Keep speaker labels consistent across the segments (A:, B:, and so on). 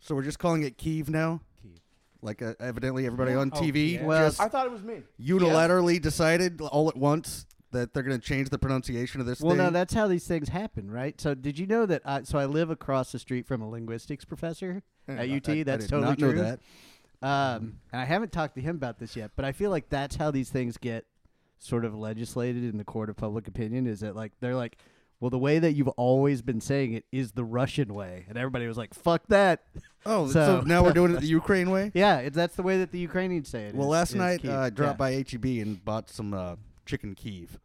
A: So we're just calling it Kiev now.
B: Kiev.
A: Like uh, evidently everybody on
B: Oh,
A: TV
B: yeah.
C: Well,
A: just
C: I thought it was me.
A: unilaterally decided all at once that they're going to change the pronunciation of this
C: Well,
A: thing.
C: no, that's how these things happen, right? So, did you know that? I, so, I live across the street from a linguistics professor
A: Yeah,
C: at
A: Eh, I-
C: UT.
A: I- I
C: that's
A: did
C: totally
A: not know
C: true.
A: that. Mm-hmm.
C: Um, and I haven't talked to him about this yet, but I feel like that's how these things get sort of legislated in the court of public opinion. Is that like they're like, well, the way that you've always been saying it is the Russian way, and everybody was like, fuck that.
A: Oh, so,
C: So-
A: now we're doing it the Ukraine way.
C: Yeah, it, that's the way that the Ukrainians say it.
A: Well,
C: is-
A: last
C: is
A: night
C: Kyiv.
A: uh, I dropped
C: yeah.
A: by HEB and bought some uh, chicken Kiev.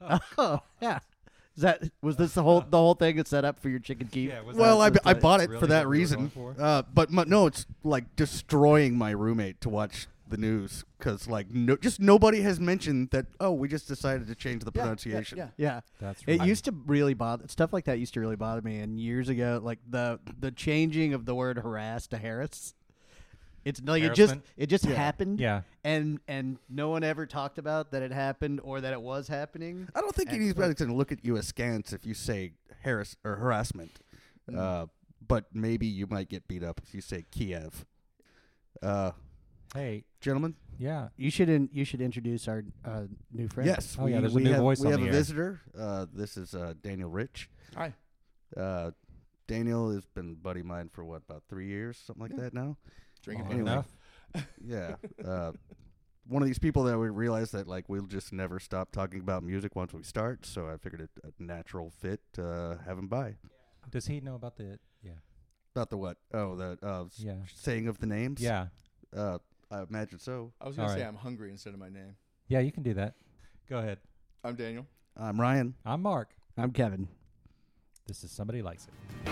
C: Oh, yeah. Is that was this the whole the whole thing that's set up for your chicken keep?
B: Yeah, was
A: Well,
B: that-
A: I,
B: was
A: I
B: that
A: bought it
B: really
A: for that
B: what you were going
A: reason.
B: for?
A: Uh, but my, no, it's like destroying my roommate to watch the news because like no, just nobody has mentioned that. Oh, we just decided to change the pronunciation.
C: Yeah, yeah.
B: That's
C: It
B: right.
C: used to really bother stuff like that used to really bother me. And years ago, like the the changing of the word harass to Harris, it's like it just
B: Harassment?
C: it just happened.
B: Yeah.
C: and and no one ever talked about that it happened or that it was happening.
B: Uh
A: I don't think
C: And-
A: anybody's going to look at you askance if you say harass or harassment. Uh, but maybe you might get beat up if you say Kiev. Uh,
B: Hey,
A: gentlemen,
B: yeah.
C: You should in, you should introduce our uh, new friend.
A: yes,
B: Oh,
A: we,
B: yeah, there's a
A: we
B: new
A: have,
B: voice
A: we
B: on
A: have
B: the
A: a
B: air.
A: visitor. Uh, this is uh, Daniel Rich.
C: Hi.
A: Uh, Daniel has been a buddy of mine for what about three years, something like that now.
B: Drinking
A: Anyway.
B: enough.
A: Yeah, uh, one of these people that we realize that like we'll just never stop talking about music once we start. So I figured it a natural fit to uh, have him by.
B: Does he know about the? Yeah.
A: About the what? Oh, the uh, s-
B: Yeah.
A: saying of the names.
B: Yeah.
A: uh, I imagine so.
D: I was gonna
B: All
D: say
B: right.
D: I'm hungry instead of my name.
B: Yeah. You can do that. Go ahead.
D: I'm Daniel.
A: I'm Ryan.
B: I'm Mark.
C: I'm Kevin.
B: This is somebody likes it.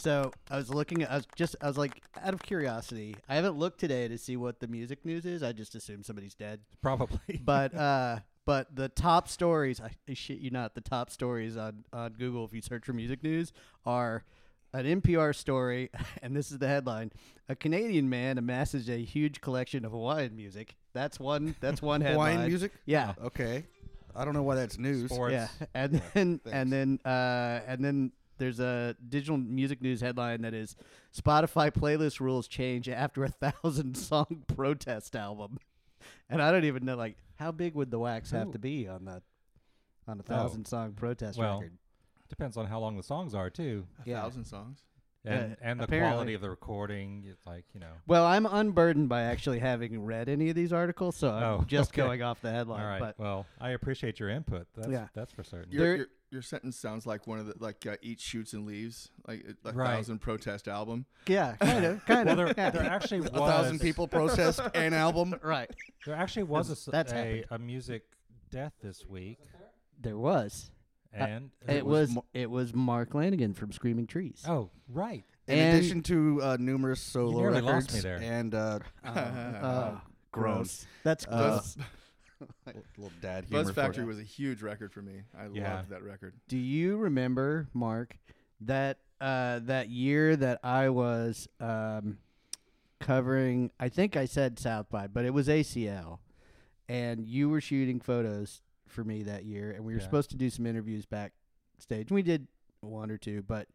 C: So I was looking. I was just. I was like, out of curiosity, I haven't looked today to see what the music news is. I just assumed somebody's dead.
B: Probably.
C: But uh, but the top stories. I, I shit you not. The top stories on on Google, if you search for music news, are an NPR story, and this is the headline: A Canadian man amasses a huge collection of Hawaiian music. That's one. That's one headline.
A: Hawaiian music.
C: Yeah.
A: Okay. I don't know why that's news.
B: Sports.
C: Yeah, and then and then uh, and then there's a digital music news headline that is Spotify playlist rules change after a thousand song protest album, and I don't even know like how big would the wax have
B: Ooh. Oh.
C: to be on the on a thousand song protest
B: Well,
C: record?
B: Depends on how long the songs are too,
D: A thousand songs.
B: and
C: Yeah,
B: and the
C: Uh, apparently.
B: quality of the recording. It's like you know.
C: Well, I'm unburdened by actually having read any of these articles, so I'm
B: Oh,
C: just
B: okay.
C: going off the headline.
B: All right.
C: But
B: well, I appreciate your input. That's,
C: Yeah.
B: That's for certain.
D: Your,
C: There-
D: your, your sentence sounds like one of the like uh, each shoots and leaves like a- a
B: Right.
D: thousand protest album.
C: yeah, kind of, kind
B: well,
C: of,
B: there,
C: yeah.
B: there actually was
A: A thousand people protest an album.
C: right?
B: There actually was a, s-
C: That's
B: a,
C: happened.
B: a music death this week,
C: There was.
B: and
C: Uh, It, was,
A: Mar-
C: it was Mark Lanigan from Screaming Trees.
B: oh right,
A: In
C: And-
A: addition to uh, numerous solo
B: nearly
A: records
B: lost me there.
A: and uh,
C: Oh,
A: gross.
C: That's
A: Uh,
C: gross.
A: little- little dad humor. for
D: Buzz Factory
A: you.
D: was a huge record for me. I
B: Yeah.
D: loved that record.
C: Do you remember, Mark, that uh, that year that I was um, covering? I think I said South by, but it was ACL, and you were shooting photos for me that year, and we were
B: Yeah.
C: supposed to do some interviews backstage. We did one or two, but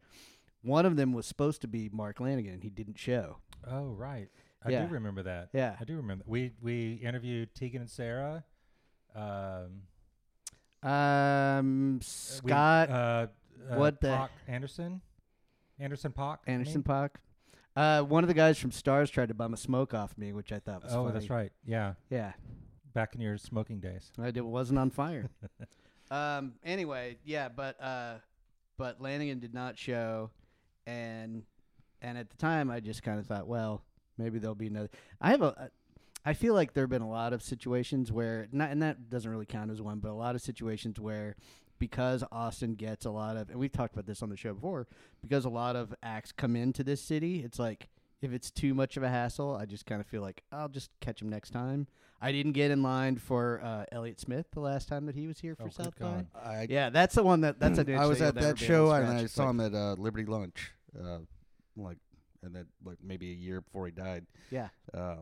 C: one of them was supposed to be Mark Lanigan, and he didn't show.
B: oh right. I
C: Yeah.
B: do remember that.
C: Yeah.
B: I do remember. We we interviewed Tegan and Sarah, um,
C: Um,
B: we-
C: Scott
B: uh, uh,
C: what the-
B: Pock Anderson, Anderson Pock, I mean?
C: Anderson Pock. Uh, one of the guys from Stars tried to bum a smoke off me, which I thought was
B: Oh,
C: funny.
B: that's right. Yeah,
C: Yeah,
B: back in your smoking days.
C: I did- wasn't on fire. um. Anyway, yeah, but uh, but Lanigan did not show, and and at the time I just kind of thought, well, maybe there'll be another. I have a. uh, I feel like there have been a lot of situations where not, and that doesn't really count as one, but a lot of situations where because Austin gets a lot of, and we've talked about this on the show before, because a lot of acts come into this city, it's like if it's too much of a hassle, I just kind of feel like I'll just catch him next time. I didn't get in line for uh, Elliot Smith the last time that he was here for
B: Oh, good
C: South
B: God.
C: By.
A: I,
C: Yeah, that's the one that that's a.
A: Mm. I was at that show and I saw him at uh, Liberty Lunch, uh, like, and then like maybe a year before he died.
C: Yeah.
A: Uh,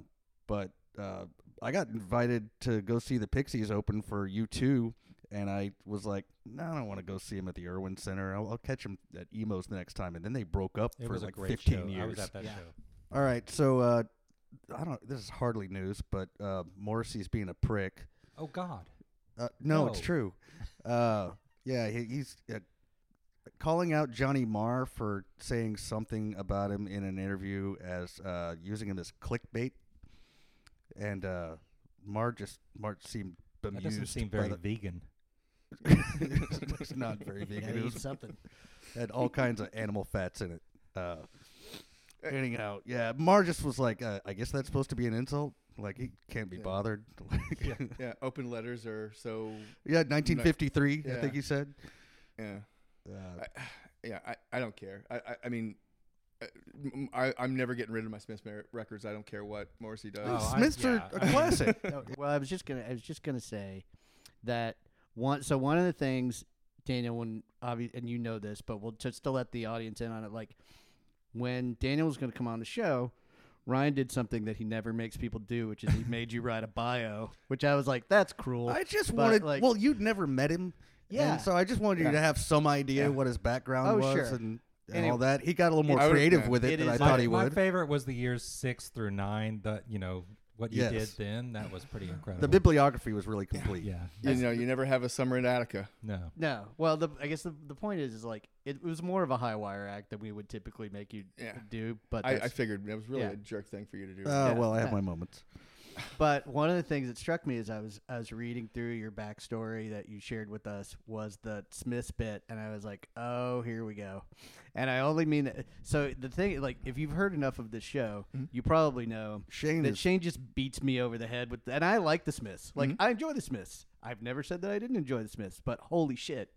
A: but uh, I got invited to go see the Pixies open for U two, and I was like, no, I don't want to go see him at the Irwin Center. I'll, I'll catch him at Emo's the next time. And then they broke up
B: It
A: for
B: was
A: like
B: a great
A: fifteen
B: show.
A: years.
B: I was at that
C: Yeah.
B: show.
A: All right, so uh, I don't. This is hardly news, but uh, Morrissey's being a prick.
B: Oh God.
A: Uh, no, it's
B: No.
A: true. Uh, yeah, he, he's uh, calling out Johnny Marr for saying something about him in an interview as uh, using him as clickbait, and uh, Marr just Marr seemed
B: That
A: bemused.
B: doesn't seem
A: by
B: very
A: the-
B: vegan.
A: it's not very big.
C: Yeah,
A: it
C: he's
A: was-
C: something.
A: had all kinds of animal fats in it. Uh, anyhow, yeah, Mar just was like, uh, I guess that's supposed to be an insult. Like he can't be
D: Yeah.
A: bothered. Like- yeah.
D: Yeah, open letters are so.
A: 1953, I
D: Yeah.
A: think he said.
D: Yeah,
A: Uh,
D: I, yeah. I, I don't care. I I, I mean, I, m- I am never getting rid of my Smith Mer- records. I don't care what Morrissey does.
B: Oh, I-
A: Smiths are
B: yeah,
A: a
B: I mean-
A: classic.
C: No, well, I was just gonna. I was just gonna say that one. So one of the things, Daniel, when obvi- and you know this, but we'll just to let the audience in on it. Like when Daniel was gonna come on the show, Ryan did something that he never makes people do, which is he made you write a bio, which I was like, that's cruel.
A: I just
C: But,
A: wanted.
C: like-
A: well, you'd never met him.
C: Yeah.
A: And so I just wanted you
D: Yeah.
A: to have some idea
D: Yeah.
A: what his background
C: Oh,
A: was
C: sure.
A: and, and
C: Any-
A: all that. He got a little more
D: I would-
A: creative
D: yeah.
A: with it,
C: It
A: than I
C: is-
A: thought
B: my,
A: he
B: my
A: would.
B: favorite was the years six through nine. That you know what you did
A: Yes.
B: then. That was pretty
A: The
B: incredible.
A: bibliography was really complete.
B: yeah.
D: you know, you never have a summer in Attica.
B: No.
C: no, well, the, I guess the, the point is, is like it was more of a high wire act than we would typically make you
D: Yeah.
C: do. But
D: I, I
C: that's-
D: figured that was really
C: yeah.
D: a jerk thing for you to do.
A: Oh
C: Yeah.
A: well, I have
C: Yeah.
A: my moments.
C: But one of the things that struck me as I was I was reading through your backstory that you shared with us was the Smiths bit, and I was like, "Oh, here we go." And I only mean that. So the thing, like, if you've heard enough of this show, you probably know
A: Shane
C: that
A: is-
C: Shane just beats me over the head with. And I like the Smiths. Like, I enjoy the Smiths. I've never said that I didn't enjoy the Smiths, but holy shit,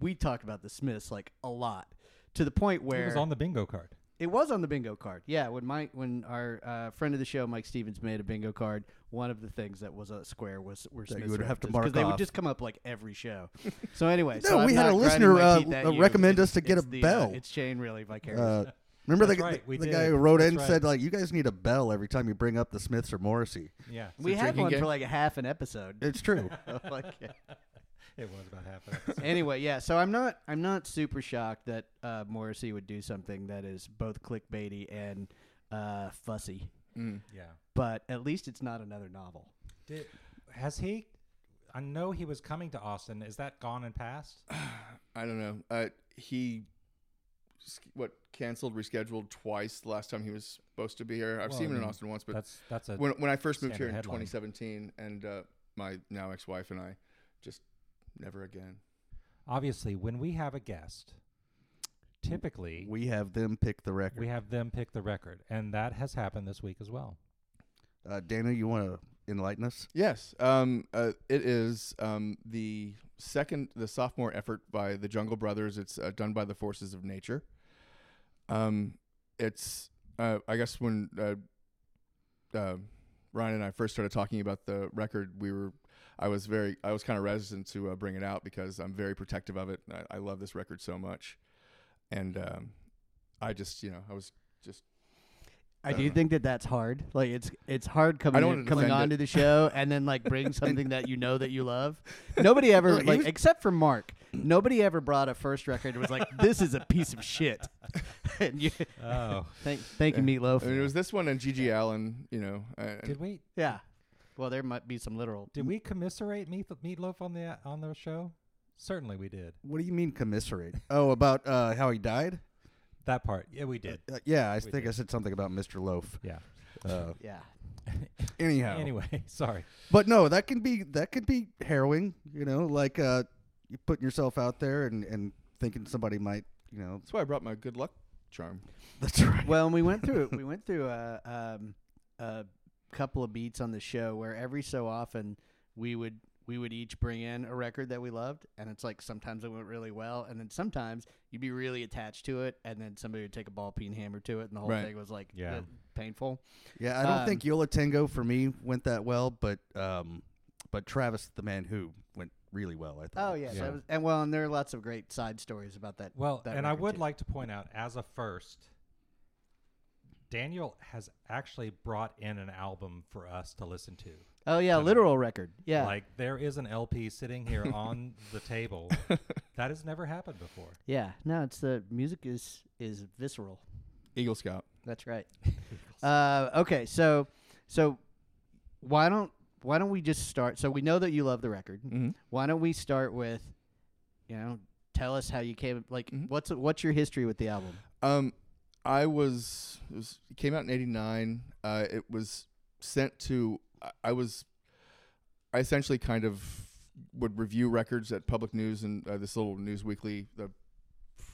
C: we talked about the Smiths like a lot to the point where
B: It was on the bingo card.
C: it was on the bingo card. Yeah, when Mike, when our uh, friend of the show, Mike Stevens, made a bingo card, one of the things that was a square was were
A: That you
C: Smiths
A: would have to
C: references,
A: mark
C: 'cause they would
A: off.
C: just come up like every show. so anyway,
A: No,
C: so I'm
A: we had a
C: not grinding
A: listener,
C: my
A: uh,
C: teeth at
A: uh,
C: you.
A: recommend
C: It's-
A: us to get
C: it's
A: a
C: the, uh,
A: bell.
C: it's Shane really vicarious.
A: Uh, remember
B: That's
A: the,
B: right, we
A: the
B: did.
A: guy who wrote in
B: That's
A: said
B: right.
A: like, "You guys need a bell every time you bring up the Smiths or Morrissey."
B: Yeah.
C: we had
D: drinking
C: one
D: game?
C: for like a half an episode.
A: It's true.
C: like, yeah.
B: It was about half an episode.
C: anyway, yeah. So I'm not I'm not super shocked that uh, Morrissey would do something that is both clickbaity and uh, fussy,
D: Mm.
B: yeah.
C: but at least it's not another novel.
B: Did, has he? I know he was coming to Austin. Is that gone and passed?
D: I don't know. Uh, he s- what canceled, rescheduled twice. The last time he was supposed to be here, I've
B: Well,
D: seen
B: I
D: him in
B: mean,
D: Austin once, but
B: That's that's a
D: when when I first moved here
B: standard
D: in
B: headline.
D: 2017, and uh, my now ex-wife and I just never again.
B: obviously when we have a guest, typically we,
A: we have them pick the record.
B: have them pick the record, and that has happened this week as well.
A: Uh, Dana, you want to enlighten us?
D: Yes, um, uh, it is um, the second, the sophomore effort by the Jungle Brothers. It's uh, done by the Forces of Nature. Um, it's, uh, I guess, when uh, uh, Ryan and I first started talking about the record, we were, I was very, I was kind of reticent to uh, bring it out because I'm very protective of it. I, I love this record so much, and um, I just, you know, I was just
C: I
D: I
C: do
D: dunno.
C: think that that's hard. Like it's it's hard coming
D: Uh. don't
C: in-
D: wanna
C: coming
D: defend
C: onto the show and then like bring something that you know that you love. Nobody ever
A: Look, he
C: like
A: was-
C: except for Mark. Nobody ever brought a first record and was like this is a piece of shit. and you,
B: Oh,
C: thank thank you Meatloaf.
D: I mean, it was this one and Gigi Allen, you know, and,
B: did we
C: yeah. Well, there might be some literal.
B: did we commiserate Meat, Meatloaf on the on the show? Certainly we did.
A: What do you mean commiserate? Oh, about uh, how he died?
B: That part, yeah, we did.
A: Uh, yeah, I
B: We
A: think I said something about Mr. Loaf.
B: Yeah.
A: Uh,
C: Yeah.
A: anyhow,
B: Anyway, sorry.
A: but no, that can be that could be harrowing. You know, like uh, you putting yourself out there and and thinking somebody might. You know,
D: that's why I brought my good luck charm.
A: that's right.
C: Well, and we went through it. We went through uh, a um, a couple of beats on the show where every so often we would we would each bring in a record that we loved, and it's like sometimes it went really well, and then sometimes you'd be really attached to it, and then somebody would take a ball peen hammer to it, and the whole
D: Right.
C: thing was like
B: Yeah.
C: uh, painful.
A: Yeah, I don't
C: Um,
A: think Yola Tango for me went that well, but um, but Travis the Man Who went really well. I thought.
C: Oh yeah,
B: Yeah.
C: That was, and well, and there are lots of great side stories about that.
B: Well,
C: that
B: and I
C: record,
B: would
C: too.
B: like to point out as a first, Daniel has actually brought in an album for us to listen to.
C: Oh yeah,
B: Kinda
C: literal record. Yeah,
B: Like there is an LP sitting here on the table. That has never happened before.
C: yeah. No, it's the music is is visceral.
D: Eagle Scout.
C: That's right. uh, okay, so so why don't why don't we just start? So we know that you love the record.
D: Mm-hmm.
C: Why don't we start with, you know, tell us how you came. Like,
D: Mhm.
C: what's what's your history with the album?
D: Um, I was it was it came out in '89. Uh, it was sent to I, I was I essentially kind of would review records at Public News and uh, this little News Weekly, the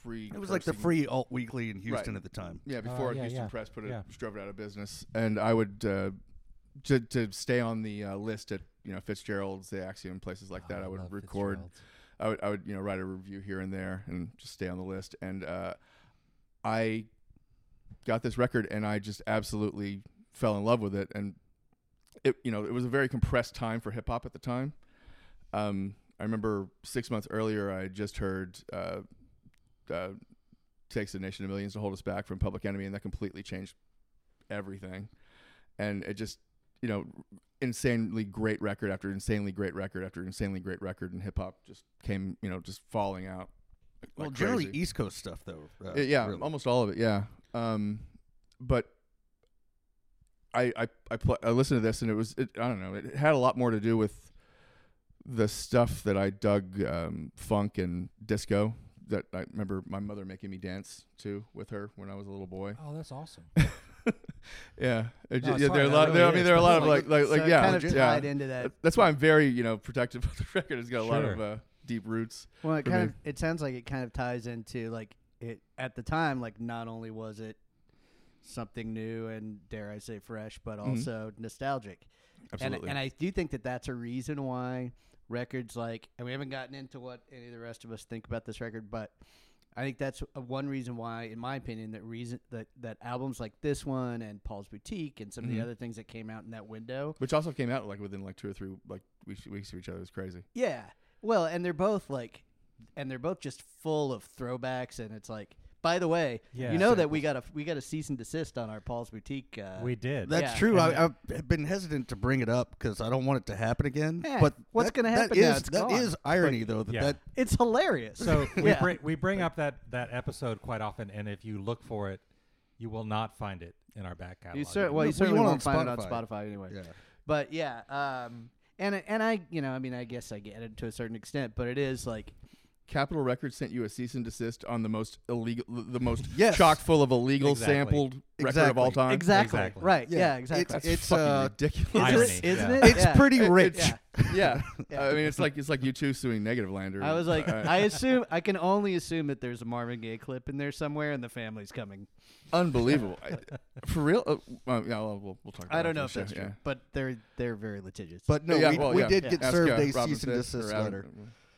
D: free.
A: It was like the
D: cursing-
A: free alt weekly in Houston
D: Right.
A: at the time.
D: Yeah, before
B: Uh, yeah,
D: Houston
B: yeah,
D: Press put it
B: yeah.
D: drove it out of business, and I would uh, to to stay on the uh, list at you know Fitzgerald's, the Axiom, places
B: Oh,
D: like that. I would record I would, I would, you know, write a review here and there and just stay on the list. And uh, I got this record, and I just absolutely fell in love with it. And it, you know, it was a very compressed time for hip hop at the time. Um, I remember six months earlier, I had just heard uh, uh, "Takes a Nation of Millions to Hold Us Back" from Public Enemy, and that completely changed everything. And it just, you know, insanely great record after insanely great record after insanely great record, and hip hop just came, you know, just falling out. like
A: well, generally
D: crazy.
A: East Coast stuff though. Uh,
D: Uh, yeah,
A: really.
D: almost all of it. Yeah, um, but I I I, pl- I listened to this and it was it, I don't know it had a lot more to do with the stuff that I dug um, funk and disco that I remember my mother making me dance to with her when I was a little boy.
B: Oh, that's awesome.
D: Yeah, it
B: No,
D: ju-
B: it's
D: yeah there
B: fine.
D: are a
B: That
D: lot.
B: really
D: there, I mean,
B: is.
D: there are a lot of
B: That's
D: like like, like
C: So it
D: yeah,
C: kind of
D: legit- yeah. Uh,
C: tied into that.
D: That's why I'm very you know protective of the record. It's got a lot of
B: Sure.
D: uh, deep roots.
C: Well, it
D: for
C: kind
D: me.
C: of it sounds like it kind of ties into like it at the time. Like, not only was it something new and dare I say fresh, but
D: Mhm.
C: also nostalgic. And, and I do think that that's a reason why records like, and we haven't gotten into what any of the rest of us think about this record, but I think that's a- one reason why, in my opinion, that reason that, that albums like this one and Paul's Boutique and some of
D: Mhm.
C: the
B: Mm-hmm.
C: other things that came out in that window,
D: which also came out like within like two or three like weeks, weeks of each other. It was crazy.
C: yeah, well, and they're both like, and they're both just full of throwbacks, and it's like, by the way,
B: Yeah.
C: you know that we got a we got a cease and desist on our Paul's Boutique. Uh,
B: we did.
A: That's
C: Yeah.
A: true. I,
B: And-
A: I've been hesitant to bring it up because I don't want it to happen again.
C: Yeah,
A: But
C: what's
A: that-
C: gonna happen
A: That
C: now?
A: is
C: It's
A: that
C: gone.
A: is irony though. That,
B: Yeah.
A: that
C: it's hilarious.
B: So we
C: Yeah.
B: bring we bring up that that episode quite often, and if you look for it, you will not find it in our back catalog.
C: You cer-
A: No,
C: well, you
A: we
C: certainly
A: want it
C: won't
A: on
C: find it on
A: Spotify.
C: Spotify anyway.
A: yeah.
C: But yeah, um, and and I, you know, I mean, I guess I get it to a certain extent, but it is like,
D: Capitol Records sent you a cease and desist on the most illegal, the most
A: Yes.
D: chock full of illegal
B: Exactly.
D: sampled record of all
A: Exactly.
D: time.
C: exactly,
B: Exactly.
C: right? Yeah,
A: Yeah,
C: exactly.
D: That's
A: It's,
D: fucking
A: uh,
D: ridiculous.
B: Irony,
C: Isn't it? Isn't
B: yeah.
C: it?
A: It's
C: Yeah.
A: pretty
D: It-
A: rich.
C: Yeah.
D: yeah,
C: Yeah.
D: I mean, it's like it's like you two suing Negative Lander.
C: I was like,
D: Uh,
C: I assume I can only assume that there's a Marvin Gaye clip in there somewhere, and the family's coming.
D: unbelievable, I, for real. Uh, well, yeah, well, we'll, we'll talk. About
C: I don't
D: it
C: know if
D: after the
C: that's
D: show,
C: true, but they're they're very litigious.
A: But no,
D: Yeah,
A: we,
D: well,
A: we
D: yeah.
A: did
C: Yeah.
A: get
D: yeah. Ask,
A: served
D: uh,
A: a
D: Robin
A: cease and
D: Thicke or
A: desist
D: Adam-
A: letter.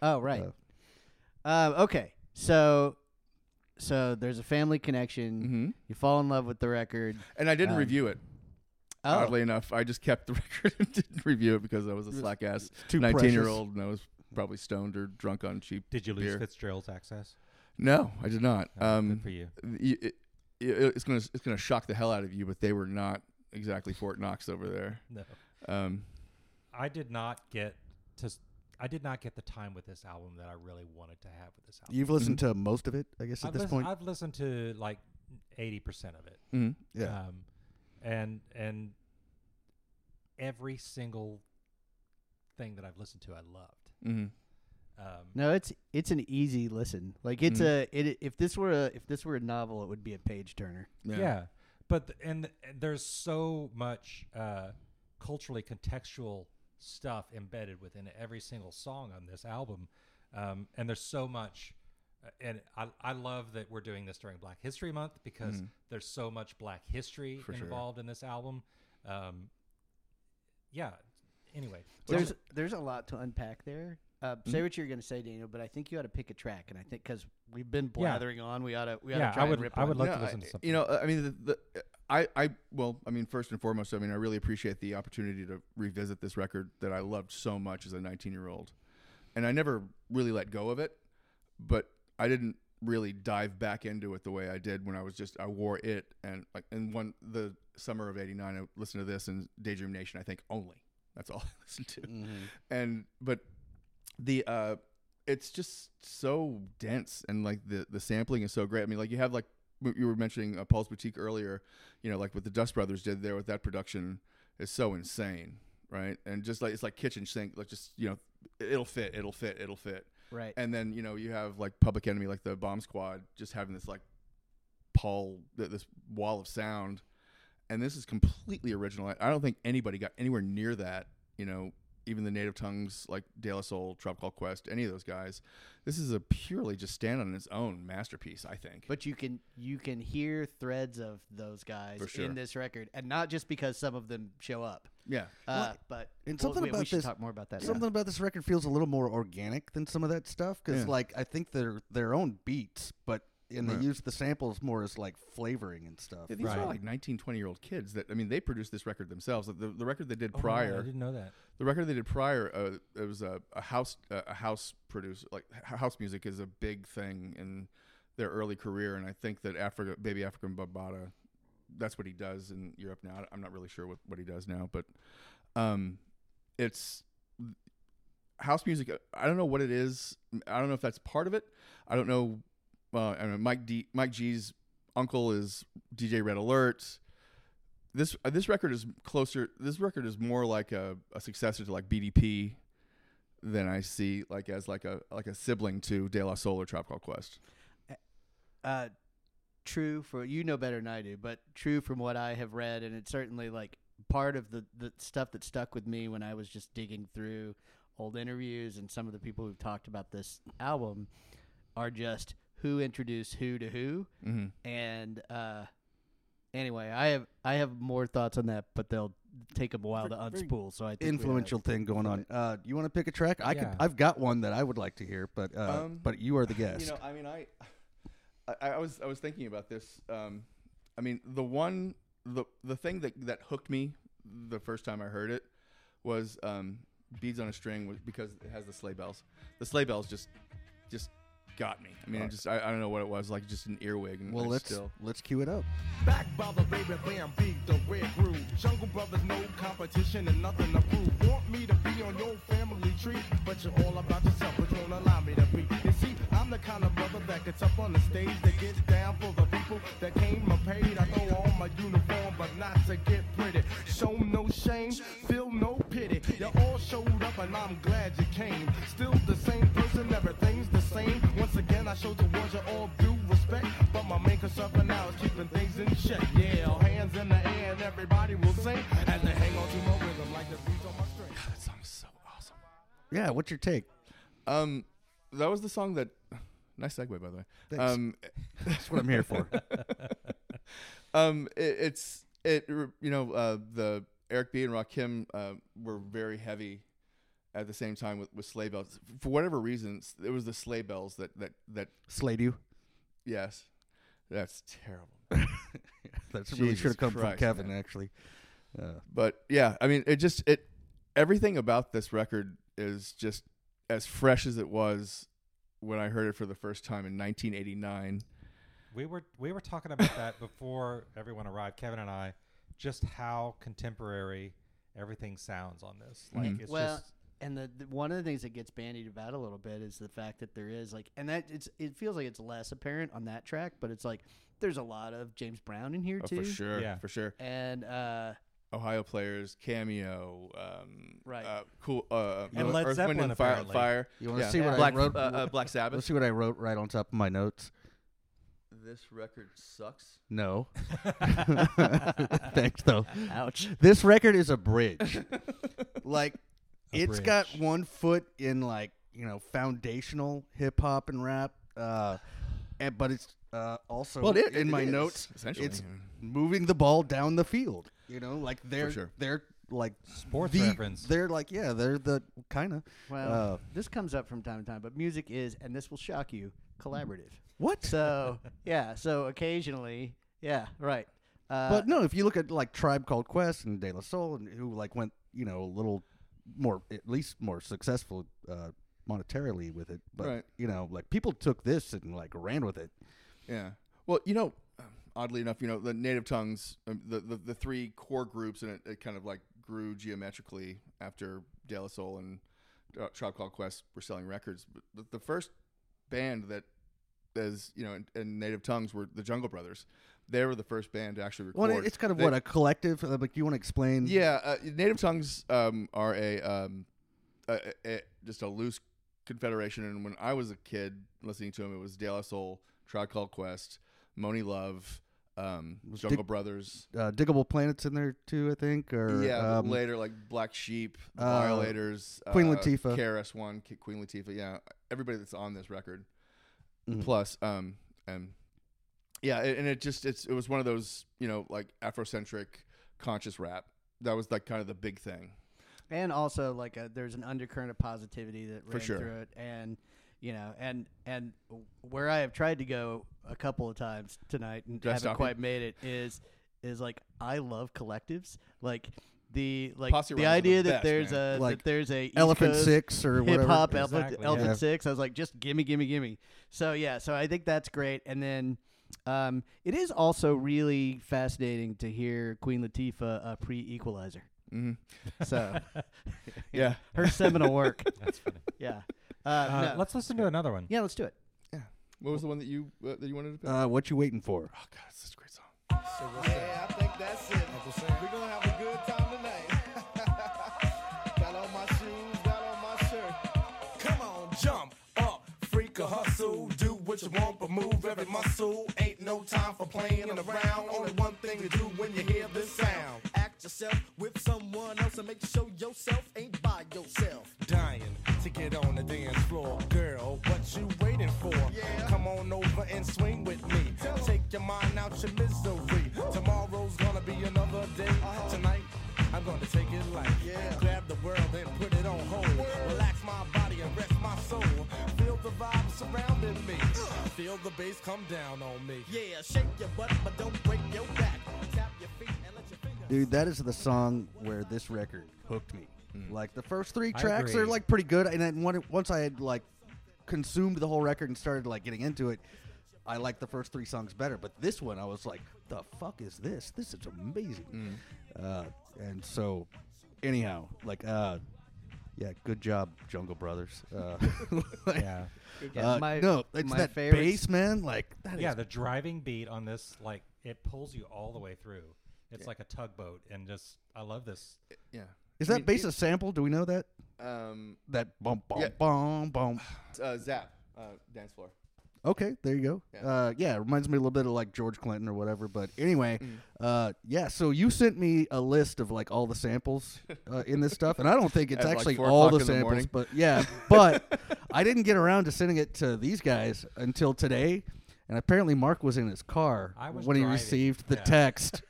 C: oh right,
A: Uh,
C: um, okay. So so there's a family connection.
D: Mhm.
C: You fall in love with the record.
D: And I didn't
C: Um,
D: review it.
C: Oh,
D: Oddly enough, I just kept the record and didn't review it because I was a
A: It's
D: slack ass
A: too
D: nineteen
A: precious.
D: year old and I was probably stoned or drunk on cheap.
B: Did you lose
D: Beer.
B: Fitzgerald's access?
D: No, I did not.
B: Oh,
D: Um,
B: good for you.
D: y- it, it, it's gonna it's gonna shock the hell out of you, but they were not exactly Fort Knox over there.
B: No,
D: Um,
B: I did not get to. s- I did not get the time with this album that I really wanted to have with this album.
A: You've listened to most of it, I guess, at
B: I've
A: this
B: lis-
A: point.
B: I've listened to like eighty percent of it.
D: mhm.
A: yeah.
B: Um, and and every single thing that I've listened to, I loved.
D: Mhm.
B: Um,
C: No, it's it's an easy listen. Like it's
D: Mhm.
C: a it, if this were a if this were a novel, it would be a page turner.
B: Yeah. But th- and, and there's so much uh, culturally contextual stuff embedded within every single song on this album, um, and there's so much. uh, And I, I love that we're doing this during Black History Month because
D: Mhm.
B: there's so much Black history
D: For sure.
B: involved in this album. Um, yeah, anyway,
C: There's there's a lot to unpack there. Uh, say what you're going to say, Daniel, but I think you ought to pick a track, and I think because we've been blathering on, we ought to we ought
B: yeah,
C: to try
B: I would
C: and rip
B: I
C: on
B: would
C: it.
B: love
D: No,
B: to listen
D: I,
B: to something.
D: You know, I mean, the, the, I, I, well, I mean, first and foremost, I mean, I really appreciate the opportunity to revisit this record that I loved so much as a 19 year old, and I never really let go of it, but I didn't really dive back into it the way I did when I was just I wore it and like and one the summer of '89 I listened to this and Daydream Nation I think only that's all I listened to
C: Mm-hmm.
D: and but the uh it's just so dense and like the the sampling is so great i mean like you have like w- you were mentioning uh, paul's boutique earlier you know like what the dust brothers did there with that production is so insane right and just like it's like kitchen sink like just you know it'll fit it'll fit it'll fit
C: Right.
D: and then you know you have like public enemy like the bomb squad just having this like paul th- this wall of sound and this is completely original I, I don't think anybody got anywhere near that you know even the native tongues like De La Soul, Tropical Quest, any of those guys, this is a purely just stand on its own masterpiece, I think.
C: But you can you can hear threads of those guys
D: For sure.
C: in this record, and not just because some of them show up.
D: yeah,
C: Uh, but
A: and
C: well,
A: something
C: we, we
A: about
C: should
A: this-
C: talk more about that.
A: Something about this record feels a little more organic than some of that stuff because,
D: Yeah.
A: like, I think they're their own beats, but and they
D: Right.
A: use the samples more as like flavoring and stuff.
D: Yeah, these are
B: Right.
D: like 19, 20 year old kids that I mean they produced this record themselves. Like, the, the record they did
B: Oh, wow, I
D: prior,
B: didn't know that.
D: the record they did prior, uh, it was a, a house uh, a house producer like h- house music is a big thing in their early career, and I think that Africa Baby African Bambaataa, that's what he does in Europe now. I- I'm not really sure what, what he does now, but um, it's house music. I don't know what it is. I don't know if that's part of it. I don't know. Uh, I mean, Mike D, Mike G's uncle is DJ Red Alert. This uh, this record is closer. This record is more like a, a successor to like BDP than I see like as like a like a sibling to De La Soul or Trap Call Quest.
C: uh, true for you know better than I do, but true from what I have read, and it's certainly like part of the the stuff that stuck with me when I was just digging through old interviews and some of the people who've talked about this album are just who introduced who to who,
D: Mm-hmm.
C: and uh, anyway, I have I have more thoughts on that, but they'll take 'em a while to unspool. So I think we oughta-
A: Influential thing going on. Uh, you want to pick a track? I could.
B: Yeah.
A: I've got one that I would like to hear, but uh,
D: Um,
A: but you are the guest.
D: You know, I mean, I, I, I was, I was thinking about this. Um, I mean, the one, the, the thing that that hooked me the first time I heard it was um, "Beads on a String" was because it has the sleigh bells. The sleigh bells just, just got me. I mean, it just, I, I don't know what it was like, just an earwig. And
A: well,
D: I
A: let's
D: still,
A: let's cue it up.
E: Back by the baby bam, beat the red groove. Jungle brothers, no competition and nothing to prove. Want me to be on your family tree, but you're all about yourself, but won't allow me to be. You see, I'm the kind of brother that gets up on the stage, that gets down for the people that came and paid. I throw on my uniform, but not to get pretty. Show no shame, feel no pity. You all showed up and I'm glad you came. Still the same person, everything's the same. Once again, I show towards you all due respect, but my main concern for now is keeping things in check. Yeah, hands in the air and everybody will sing as they hang on to my rhythm like the beats on my string.
D: that song is so awesome.
A: Yeah, what's your take?
D: Um, that was the song that. Nice segue, by the way.
A: Thanks.
D: Um,
A: That's what I'm here for.
D: um, it, it's it. re- You know, uh, the Eric B and Rakim uh, were very heavy at the same time with, with sleigh bells. For whatever reasons, it was the sleigh bells that that that.
A: Slade you.
D: Yes, that's terrible.
A: That really
D: Jesus
A: should have come from
D: Christ,
A: Kevin,
D: man.
A: actually. Uh,
D: But yeah, I mean, it just it. Everything about this record is just as fresh as it was when I heard it for the first time in 1989.
B: We were we were talking about that before everyone arrived. Kevin and I, just how contemporary everything sounds on this.
A: Mm-hmm.
B: Like it's
C: well,
B: just
C: and the, the one of the things that gets bandied about a little bit is the fact that there is like, and that it's it feels like it's less apparent on that track, but it's like there's a lot of James Brown in here
D: Oh,
C: too,
D: for sure,
B: Yeah.
D: for sure.
C: and uh,
D: Ohio players, cameo, um,
C: Right.
D: Uh, cool, uh,
B: And Led
D: Earth, Wind,
B: Zeppelin,
D: and Fire.
B: apparently.
D: fire.
A: You wanna see what I
D: Black,
A: wrote?
D: Uh, uh, Black Sabbath.
A: let's see what I wrote right on top of my notes.
D: This record sucks.
A: No. Thanks though.
C: ouch,
A: This record is a bridge. like
B: A
A: it's got
B: bridge.
A: one foot in like, you know, foundational hip hop and rap. Uh and, but it's uh also
D: Well, it-
A: in
D: it
A: my
D: is,
A: notes
D: essentially.
A: it's moving the ball down the field. You know, like they're
D: sure.
A: they're like
B: Sports
A: the-
B: reference.
A: They're like, yeah, they're the kind of.
C: Well,
A: Uh,
C: this comes up from time to time, but music is, and this will shock you, collaborative.
A: What?
C: So yeah, so occasionally, yeah, right. Uh,
A: but no, if you look at like Tribe Called Quest and De La Soul, and who like went, you know, a little more, at least more successful uh, monetarily with it. But
D: Right.
A: you know, like people took this and like ran with it.
D: Yeah. Well, you know, oddly enough, you know, the native tongues, um, the the, the three core groups, and it, it kind of like grew geometrically after De La Soul and uh, Tribe Called Quest were selling records. But the- the first band that is, you know, in, in native tongues were the Jungle Brothers. They were the first band to actually
A: Well,
D: record.
A: it- it's kind of
D: They-
A: what a collective. Uh, like, you want to explain?
D: yeah, uh, native tongues um, are a, um, a, a- a- just a loose confederation. And when I was a kid listening to them, it was De La Soul, Tribe Called Quest, Moni Love, um,
A: Was
D: Jungle
A: Dick-
D: Brothers.
A: Uh, Diggable Planets in there too, I think. Or
D: yeah,
A: um,
D: later like Black Sheep, The
A: uh,
D: Violators,
A: Queen
D: uh,
A: Latifah.
D: KRS One, Queen Latifah. Yeah, everybody that's on this record.
A: Mhm.
D: Plus, um, and yeah, a- and it just it's it was one of those you know like Afrocentric conscious rap. That was like kind of the big thing.
C: and also like a, there's an undercurrent of positivity that
D: For
C: ran
D: sure.
C: through it, and you know, and and where I have tried to go a couple of times tonight and
D: Did I
C: haven't
D: stop you?
C: quite made it is is like I love collectives, like the like
D: Posse
C: the
D: Rhymes are the
C: idea that
D: best,
C: there's
D: man.
C: a
A: Like
C: that there's a East
A: Elephant
C: Coast-
A: Six or
C: hip
A: whatever.
C: hop
B: Exactly,
C: elephant,
B: yeah.
A: Yeah.
C: elephant six. I was like, just gimme, gimme, gimme. So yeah, so I think that's great. And then um, it is also really fascinating to hear Queen Latifah uh, pre Equalizer.
D: Mm-hmm.
C: So
D: Yeah.
C: her seminal work.
B: That's funny.
C: Yeah. Uh,
B: Uh,
C: no.
B: Let's listen to another one.
C: yeah, let's do it.
D: What was the one that you uh, that you wanted to pick?
A: Uh, what you waiting for?
D: oh God, it's such a great song.
E: Yeah, I think that's it. We're gonna have a good time tonight. got on my shoes, got on my shirt. Come on, jump up, freak a hustle. Do what you want, but move every muscle. Ain't no time for playing around. Only one thing to do when you hear this sound.
F: act yourself with someone else and make sure yourself ain't by yourself.
E: Dying to get on the dance floor, girl. What you waiting for? Come on over and swing with me. Take your mind out your misery. Tomorrow's gonna be another day. Tonight. I'm gonna take it light. Grab the world and put it on hold. Relax my body and rest my soul. Feel the vibe surrounding me. Feel the bass come down on me.
F: Yeah, shake your butt, but don't break your back. Tap your feet and let your fingers.
A: Dude, that is the song where this record hooked me. Like the first three
B: I
A: tracks are
B: agree.
A: like pretty good, and then one, once I had like consumed the whole record and started like getting into it, I liked the first three songs better. But this one, I was like, "The fuck is this? This is amazing." Uh, and so, anyhow, like, uh, yeah, good job, Jungle Brothers. Uh, like,
B: Yeah.
C: Yeah,
A: uh,
C: my-
A: no, it's
C: my
A: that
C: favorites-
A: bass, man. Like, that is
B: yeah, the driving beat on this, like, it pulls you all the way through. It's like a tugboat, and just, I love this.
D: Yeah.
A: is
D: I
A: that
D: mean,
A: bass a sample? Do we know that?
D: it- um,
A: That bum bum
D: Yeah.
A: bum bum.
D: uh, Zap, uh, dance floor.
A: Okay, there you go.
D: Yeah.
A: Uh, yeah, it reminds me a little bit of like George Clinton or whatever. But anyway,
D: Mm.
A: uh, yeah. So you sent me a list of like all the samples uh, in this stuff, and I don't think it's
D: At, like,
A: actually
D: four
A: all the
D: o'clock in the
A: samples,
D: morning.
A: but yeah. But I didn't get around to sending it to these guys until today, and apparently Mark was in his car
B: I was
A: when he
B: driving,
A: received the
B: yeah.
A: text.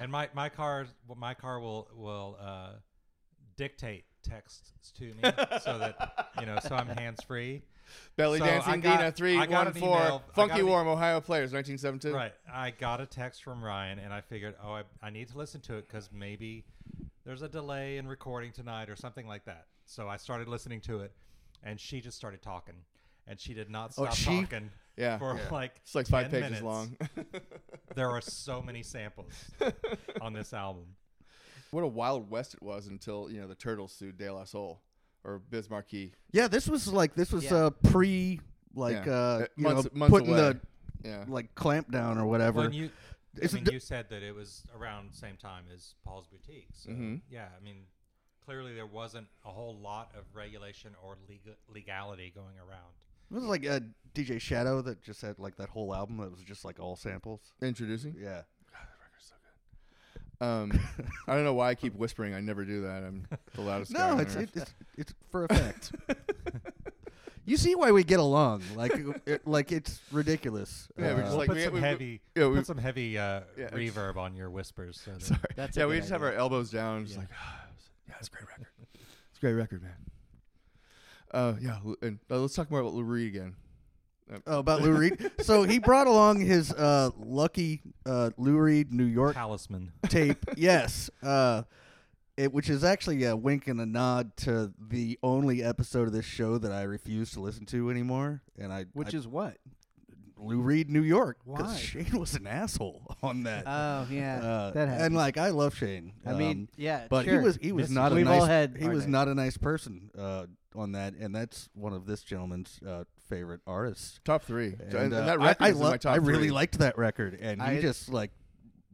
B: And my, my car, my car will, will uh, dictate texts to me so that, you know, so I'm hands free.
D: Belly
B: So I
D: dancing,
B: got-
D: Dina three
B: I
D: one four.
B: got an email- I got
D: Funky
B: an e-
D: warm, Ohio players, nineteen seventy two.
B: Right. I got a text from Ryan, and I figured, oh, I, I need to listen to it because maybe there's a delay in recording tonight or something like that. So I started listening to it, and she just started talking, and she did not
A: Oh,
B: stop
A: she-
B: talking.
D: Yeah.
B: For
D: Yeah.
B: like
D: It's like five
B: 10
D: pages
B: minutes.
D: long.
B: there are so many samples on this album.
D: what a wild west it was until you know the Turtles sued De La Soul or Biz Markie.
A: yeah, this was like this was
C: Yeah.
A: uh, pre like
D: Yeah.
A: uh,
D: Uh,
A: you
D: months-
A: know
D: months
A: putting
D: away.
A: the
D: Yeah.
A: like clamp down or whatever.
B: When you, I
A: It's a
B: mean,
A: di-
B: you said that it was around the same time as Paul's Boutique. So
D: Mm-hmm.
B: yeah, I mean, clearly there wasn't a whole lot of regulation or legal, legality going around.
A: It was like uh, DJ Shadow that just had like that whole album that was just like all samples.
D: Introducing.
A: Yeah.
D: Um, I don't know why I keep whispering. I never do that. I'm the loudest. guy
A: No,
D: on
A: it's
D: earth.
A: it, it's it's for effect. you see why we get along? Like it, like it's ridiculous. Uh,
D: Yeah, we're just
B: Uh, We'll
D: like-
B: put
D: we-
B: some
D: we- we-
B: heavy,
D: yeah,
B: put
D: we-
B: some heavy uh,
D: Yeah, it's-
B: reverb on your whispers. So that-
D: Sorry.
C: That's a
D: yeah, we
C: good
D: just have our elbows down, just like Yeah, it's a great record. it's a great record, man. Uh, yeah, Lou- and uh, let's talk more about Lou Reed again. Uh,
A: Oh, about Lou Reed. so he brought along his uh, lucky uh, Lou Reed New York
B: Talisman. uh,
A: tape. Yes. Uh, it, which is actually a wink and a nod to the only episode of this show that I refuse to listen to anymore, and I
C: Which
A: I-
C: is what?
A: Lou Reed New York
C: Why?
A: because Shane was an asshole on that.
C: Oh yeah,
A: Uh,
C: that happens.
A: and like I love Shane.
C: I mean,
A: um,
C: yeah,
A: but
C: sure.
A: he was he was
B: Mrs.
A: not a
C: We've
A: nice
C: all had
A: he
C: our
A: was
C: days.
A: not a nice person uh, on that, and that's one of this gentleman's uh, favorite artists.
D: Top three, and, and
A: uh,
D: that
A: I-
D: record
A: I,
D: is in
A: lo-
D: my top
A: I really
D: three.
A: liked that record, and he
C: I-
A: just like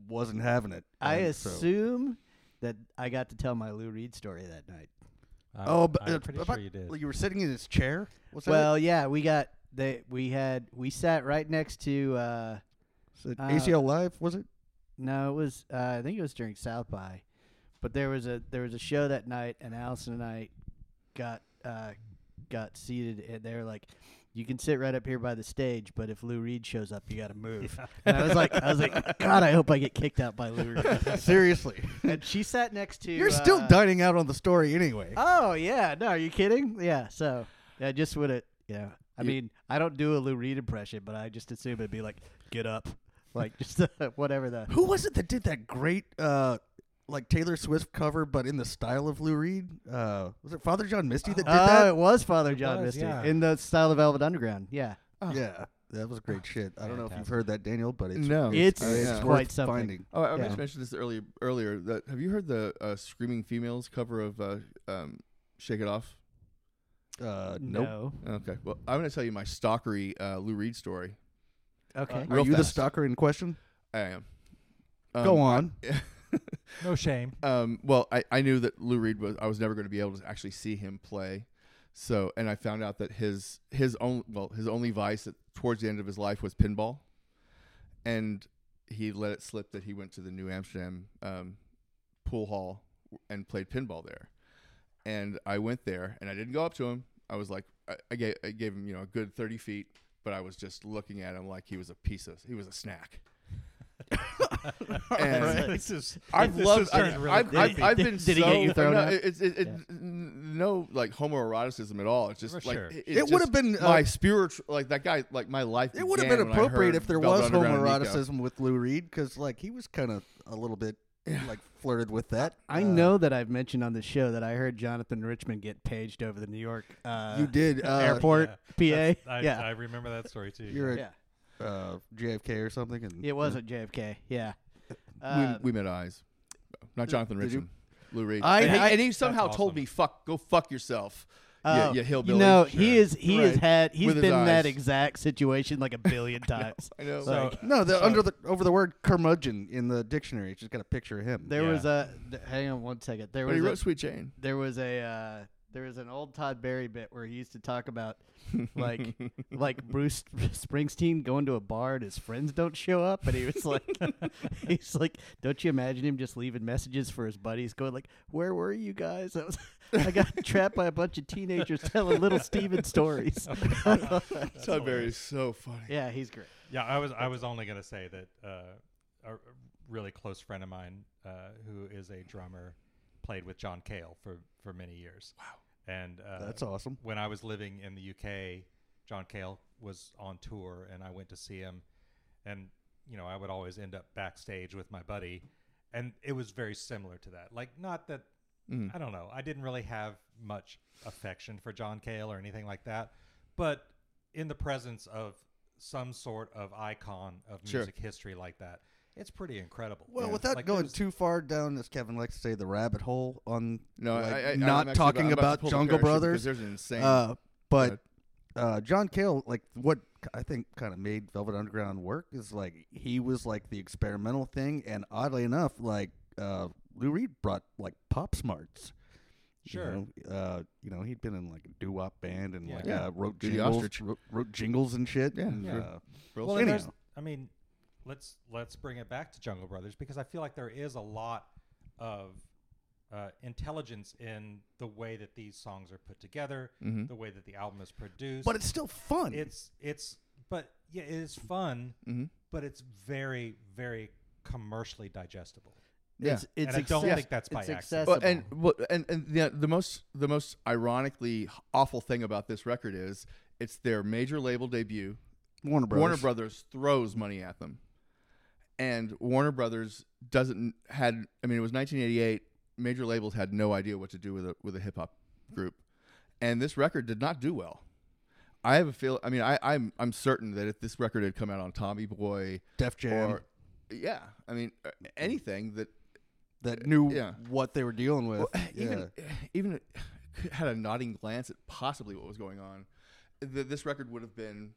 A: wasn't having it.
C: I
A: and so-
C: assume that I got to tell my Lou Reed story that night.
B: I'm,
A: Oh, but
B: I'm
A: uh,
B: pretty
A: but-
B: sure you did.
A: You were sitting in his chair. Was that
C: well,
A: it?
C: yeah, we got they we had we sat right next to uh
A: Was it
C: uh,
A: ACL Live was it?
C: no, it was uh, I think it was during South by. But there was a there was a show that night and Allison and I got uh got seated and they were like you can sit right up here by the stage, but if Lou Reed shows up, you got to move. And I was like, I was like, God, I hope I get kicked out by Lou Reed.
A: Seriously,
C: and she sat next to.
A: you're still
C: uh,
A: dining out on the story anyway.
C: Oh yeah, no, are you kidding? Yeah, so I just would have, you know. I
D: You-
C: mean, I don't do a Lou Reed impression, but I just assume it'd be like, "Get up," like just uh, whatever the.
A: Who was it that did that great uh like Taylor Swift cover but in the style of Lou Reed? Uh was it Father John Misty that did
C: Oh,
A: that?
C: it was Father John
B: was,
C: Misty
B: yeah.
C: in the style of Velvet Underground. Yeah,
D: oh.
A: Yeah. That was great shit. I don't know if you've heard that, Daniel, but it's
D: No,
C: it's,
D: I mean,
C: it's
D: yeah.
A: worth
C: quite something.
A: finding.
D: Oh, I I
C: Yeah.
D: just mentioned this earlier. Earlier, that have you heard the uh, "Screaming Females" cover of uh, um, "Shake It Off"?
A: Uh nope.
C: No.
D: Okay, well, I'm going to tell you my stalkery uh, Lou Reed story.
C: Okay.
A: Are
D: Real
A: you the
D: fast.
A: stalker in question?
D: I am.
A: Go
D: Um,
A: on.
B: No shame.
D: um, well, I, I knew that Lou Reed was I was never going to be able to actually see him play. So, and I found out that his his own well his only vice at, towards the end of his life was pinball, and he let it slip that he went to the New Amsterdam um, pool hall and played pinball there. And I went there, and I didn't go up to him. I was like, I, I, gave, I gave him you know a good thirty feet, but I was just looking at him like he was a piece of he was a snack. And-
B: This is,
D: I've
B: this
D: loved.
B: has
D: I,
B: turned really
D: I've, I've,
C: creepy.
D: I've
C: Did-
D: been
C: did he
D: so.
C: get you thrown
D: no,
C: up?
D: it- it's- it- it- n- no, like homoeroticism at all. It's just
B: For
D: like
B: sure.
D: it,
A: It would've
D: just-
A: been, uh,
D: my spiritual. Like that guy. Like my life.
A: It would have
D: began
A: been
D: when I
A: appropriate
D: heard
A: if there
D: Velvet
A: was
D: Underground and Nico.
A: homoeroticism with Lou Reed cuz like he was kind of a little bit like flirted with that.
C: I
A: Uh,
C: know that I've mentioned on the show that I heard Jonathan Richmond get paged over the New York uh,
A: you did uh,
C: airport,
B: That's-
C: PA.
B: I,
C: yeah,
B: I remember that story too.
A: You're
C: yeah,
A: at uh, JFK or something and
C: it wasn't JFK. Yeah,
D: We,
C: Uh,
D: we met eyes. Not Jonathan
A: did you-
D: Richmond. Lou Reed.
C: I-
D: and, he,
C: I-
D: and he somehow
B: That's
D: told
B: awesome.
D: me, "Fuck, go fuck yourself."
C: Oh,
D: yeah, yeah, hillbilly.
C: You know,
D: Sure.
C: he is he has
D: Right.
C: had he's
D: With his
C: been in that
D: eyes.
C: exact situation like a billion times.
D: I know.
B: So,
C: Like,
A: No, the, under the over the word curmudgeon in the dictionary, it's just got a picture of him.
C: There
B: Yeah.
C: was a th- hang on one second. There
D: but he wrote
C: was a,
D: "Sweet Jane."
C: there was a uh, there was an old Todd Berry bit where he used to talk about like like Bruce Springsteen going to a bar and his friends don't show up, and he was like he's like, don't you imagine him just leaving messages for his buddies going like, where were you guys? I was. I got trapped by a bunch of teenagers telling little Steven stories.
D: Todd Berry is so funny.
C: yeah, he's great.
B: Yeah, I was I was only gonna say that uh, a really close friend of mine uh, who is a drummer played with John Cale for for many years. Wow, and uh,
A: That's awesome.
B: When I was living in the UK, John Cale was on tour, and I went to see him, and you know I would always end up backstage with my buddy, and it was very similar to that. Like not that
D: Mm. Hmm.
B: I don't know. I didn't really have much affection for John Cale or anything like that. But in the presence of some sort of icon of
D: Sure.
B: music history like that, it's pretty incredible.
A: Well,
B: Yeah.
A: without
B: Like,
A: going
B: there's-
A: too far down, as Kevin likes to say, the rabbit hole on
D: No,
A: like,
D: I- I, I'm
A: not
D: actually
A: talking
D: I'm
A: about,
D: to pull the
A: Jungle
D: parachute because
A: Brothers.
D: There's an insane.
A: Uh,
D: Right.
A: but uh, John Cale, like what I think kind of made Velvet Underground work is like he was like the experimental thing, and oddly enough, like uh, Lou Reed brought like pop smarts.
B: Sure.
A: You know, uh, you know he'd been in like a doo wop band and
B: Yeah.
A: like
D: Yeah.
A: Uh, wrote
D: Diddy
A: jingles,
D: Ostrich.
A: wrote, wrote jingles and shit.
D: Yeah,
A: and,
D: sure.
A: uh,
D: Real
B: Well, and
D: shit.
B: there's, I mean, let's let's bring it back to Jungle Brothers because I feel like there is a lot of uh, intelligence in the way that these songs are put together, the way that the album is produced.
A: but it's still fun.
B: it's it's but yeah, Mm-hmm. it is fun, but it's very very commercially digestible.
D: Yeah.
C: It's, it's
B: And I don't
C: access-
B: think that's by
C: it's
B: accident.
D: Well,
C: accessible.
D: and well, and and the, the most the most ironically awful thing about this record is it's their major label debut.
A: Warner Brothers.
D: Warner Brothers throws money at them, and Warner Brothers doesn't had. I mean, it was 1988. Major labels had no idea what to do with a with a hip hop group, and this record did not do well. I have a feel. I mean, I, I'm I'm certain that if this record had come out on Tommy Boy
A: Def Jam.
D: or yeah, I mean uh, anything that
A: that knew
D: yeah.
A: what they were dealing with.
D: well,
A: yeah.
D: even even had a nodding glance at possibly what was going on, th- this record would have been,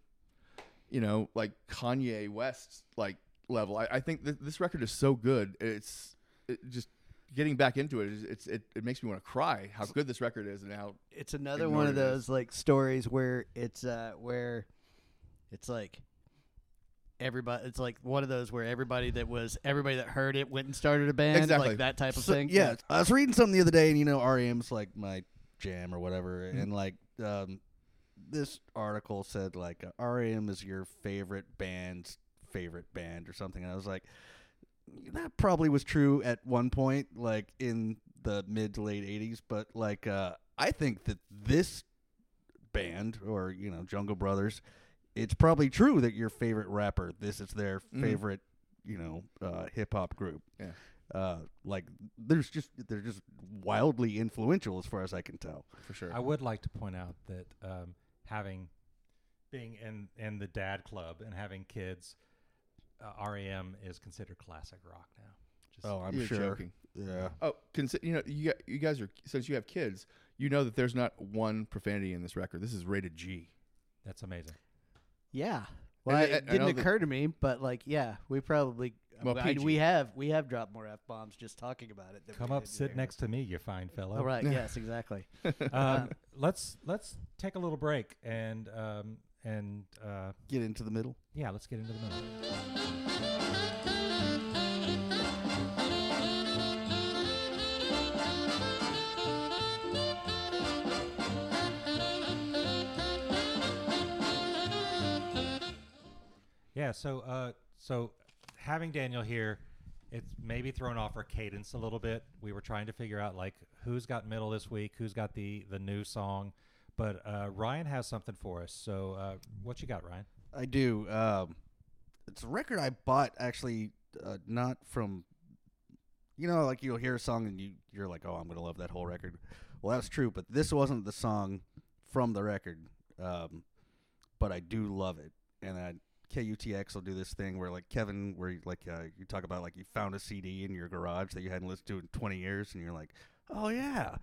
D: you know, like Kanye West like level. I, I think th- this record is so good. It's it just getting back into it. is- It's it, it makes me want to cry. How good this record is and how
C: it's another one of
D: ignored it is.
C: those like stories where it's uh where it's like everybody it's like one of those where everybody that was everybody that heard it went and started a band
D: Exactly.
C: like that type of
A: So,
C: thing
A: yeah, I was reading something the other day, and you know, REM's like my jam or whatever,
C: Mm-hmm.
A: and like um, this article said like uh, REM is your favorite band's favorite band or something, and I was like, that probably was true at one point, like in the mid to late '80s, but like uh, I think that this band or you know Jungle Brothers, it's probably true that your favorite rapper, this is their favorite, you know, uh, hip hop group
D: Mm-hmm. yeah.
A: uh, like there's just they're just wildly influential as far as I can tell.
D: For sure.
B: I would like to point out that um, having being in in the dad club and having kids, uh, REM is considered classic rock now. Just,
A: I'm
D: You're joking.
A: Yeah.
D: Oh, consi- you know, you got- you guys are since you have kids, you know that there's not one profanity in this record. This is rated G.
B: that's amazing.
C: yeah well
D: I- I- I
C: it didn't
D: know that-
C: occur to me but like yeah we probably
D: Well,
C: I mean,
D: PG.
C: we have we have dropped more f-bombs just talking about it than
B: Come
C: we
B: up,
C: did
B: sit
C: here.
B: next to me, you fine fellow.
C: all right yes exactly
B: Um, let's let's take a little break and um, and uh,
A: Get into the middle.
B: yeah, let's get into the middle. Yeah, so uh, so having Daniel here, it's maybe thrown off our cadence a little bit. We were trying to figure out like who's got middle this week, who's got the the new song, but uh, Ryan has something for us. So uh, what you got, Ryan?
A: I do. Um, it's a record I bought actually uh, not from. You know, like you'll hear a song and you you're like, oh, I'm gonna love that whole record. Well, that's true, but this wasn't the song from the record. Um, but I do love it, and I, KUTX will do this thing where like Kevin, where you, like uh, you talk about like you found a CD in your garage that you hadn't listened to in 20 years, and you're like, oh yeah.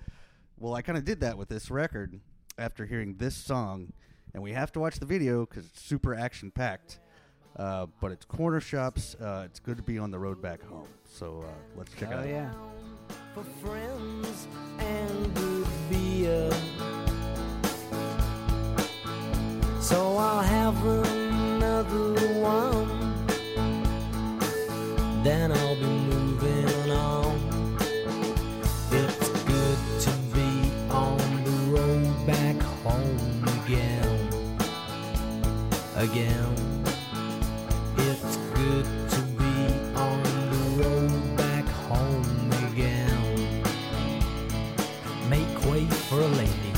A: Well, I kind of did that with this record after hearing this song, and we have to watch the video because it's super action packed. Uh, but it's corner shops. Uh, it's good to be on the road back home. So uh, let's check
C: oh
A: out.
C: yeah
F: for friends and good beer. So I'll have another one. Then I'll be moving on. It's good to be on the road back home again. Again. It's good to be on the road back home again. Make way for a lady.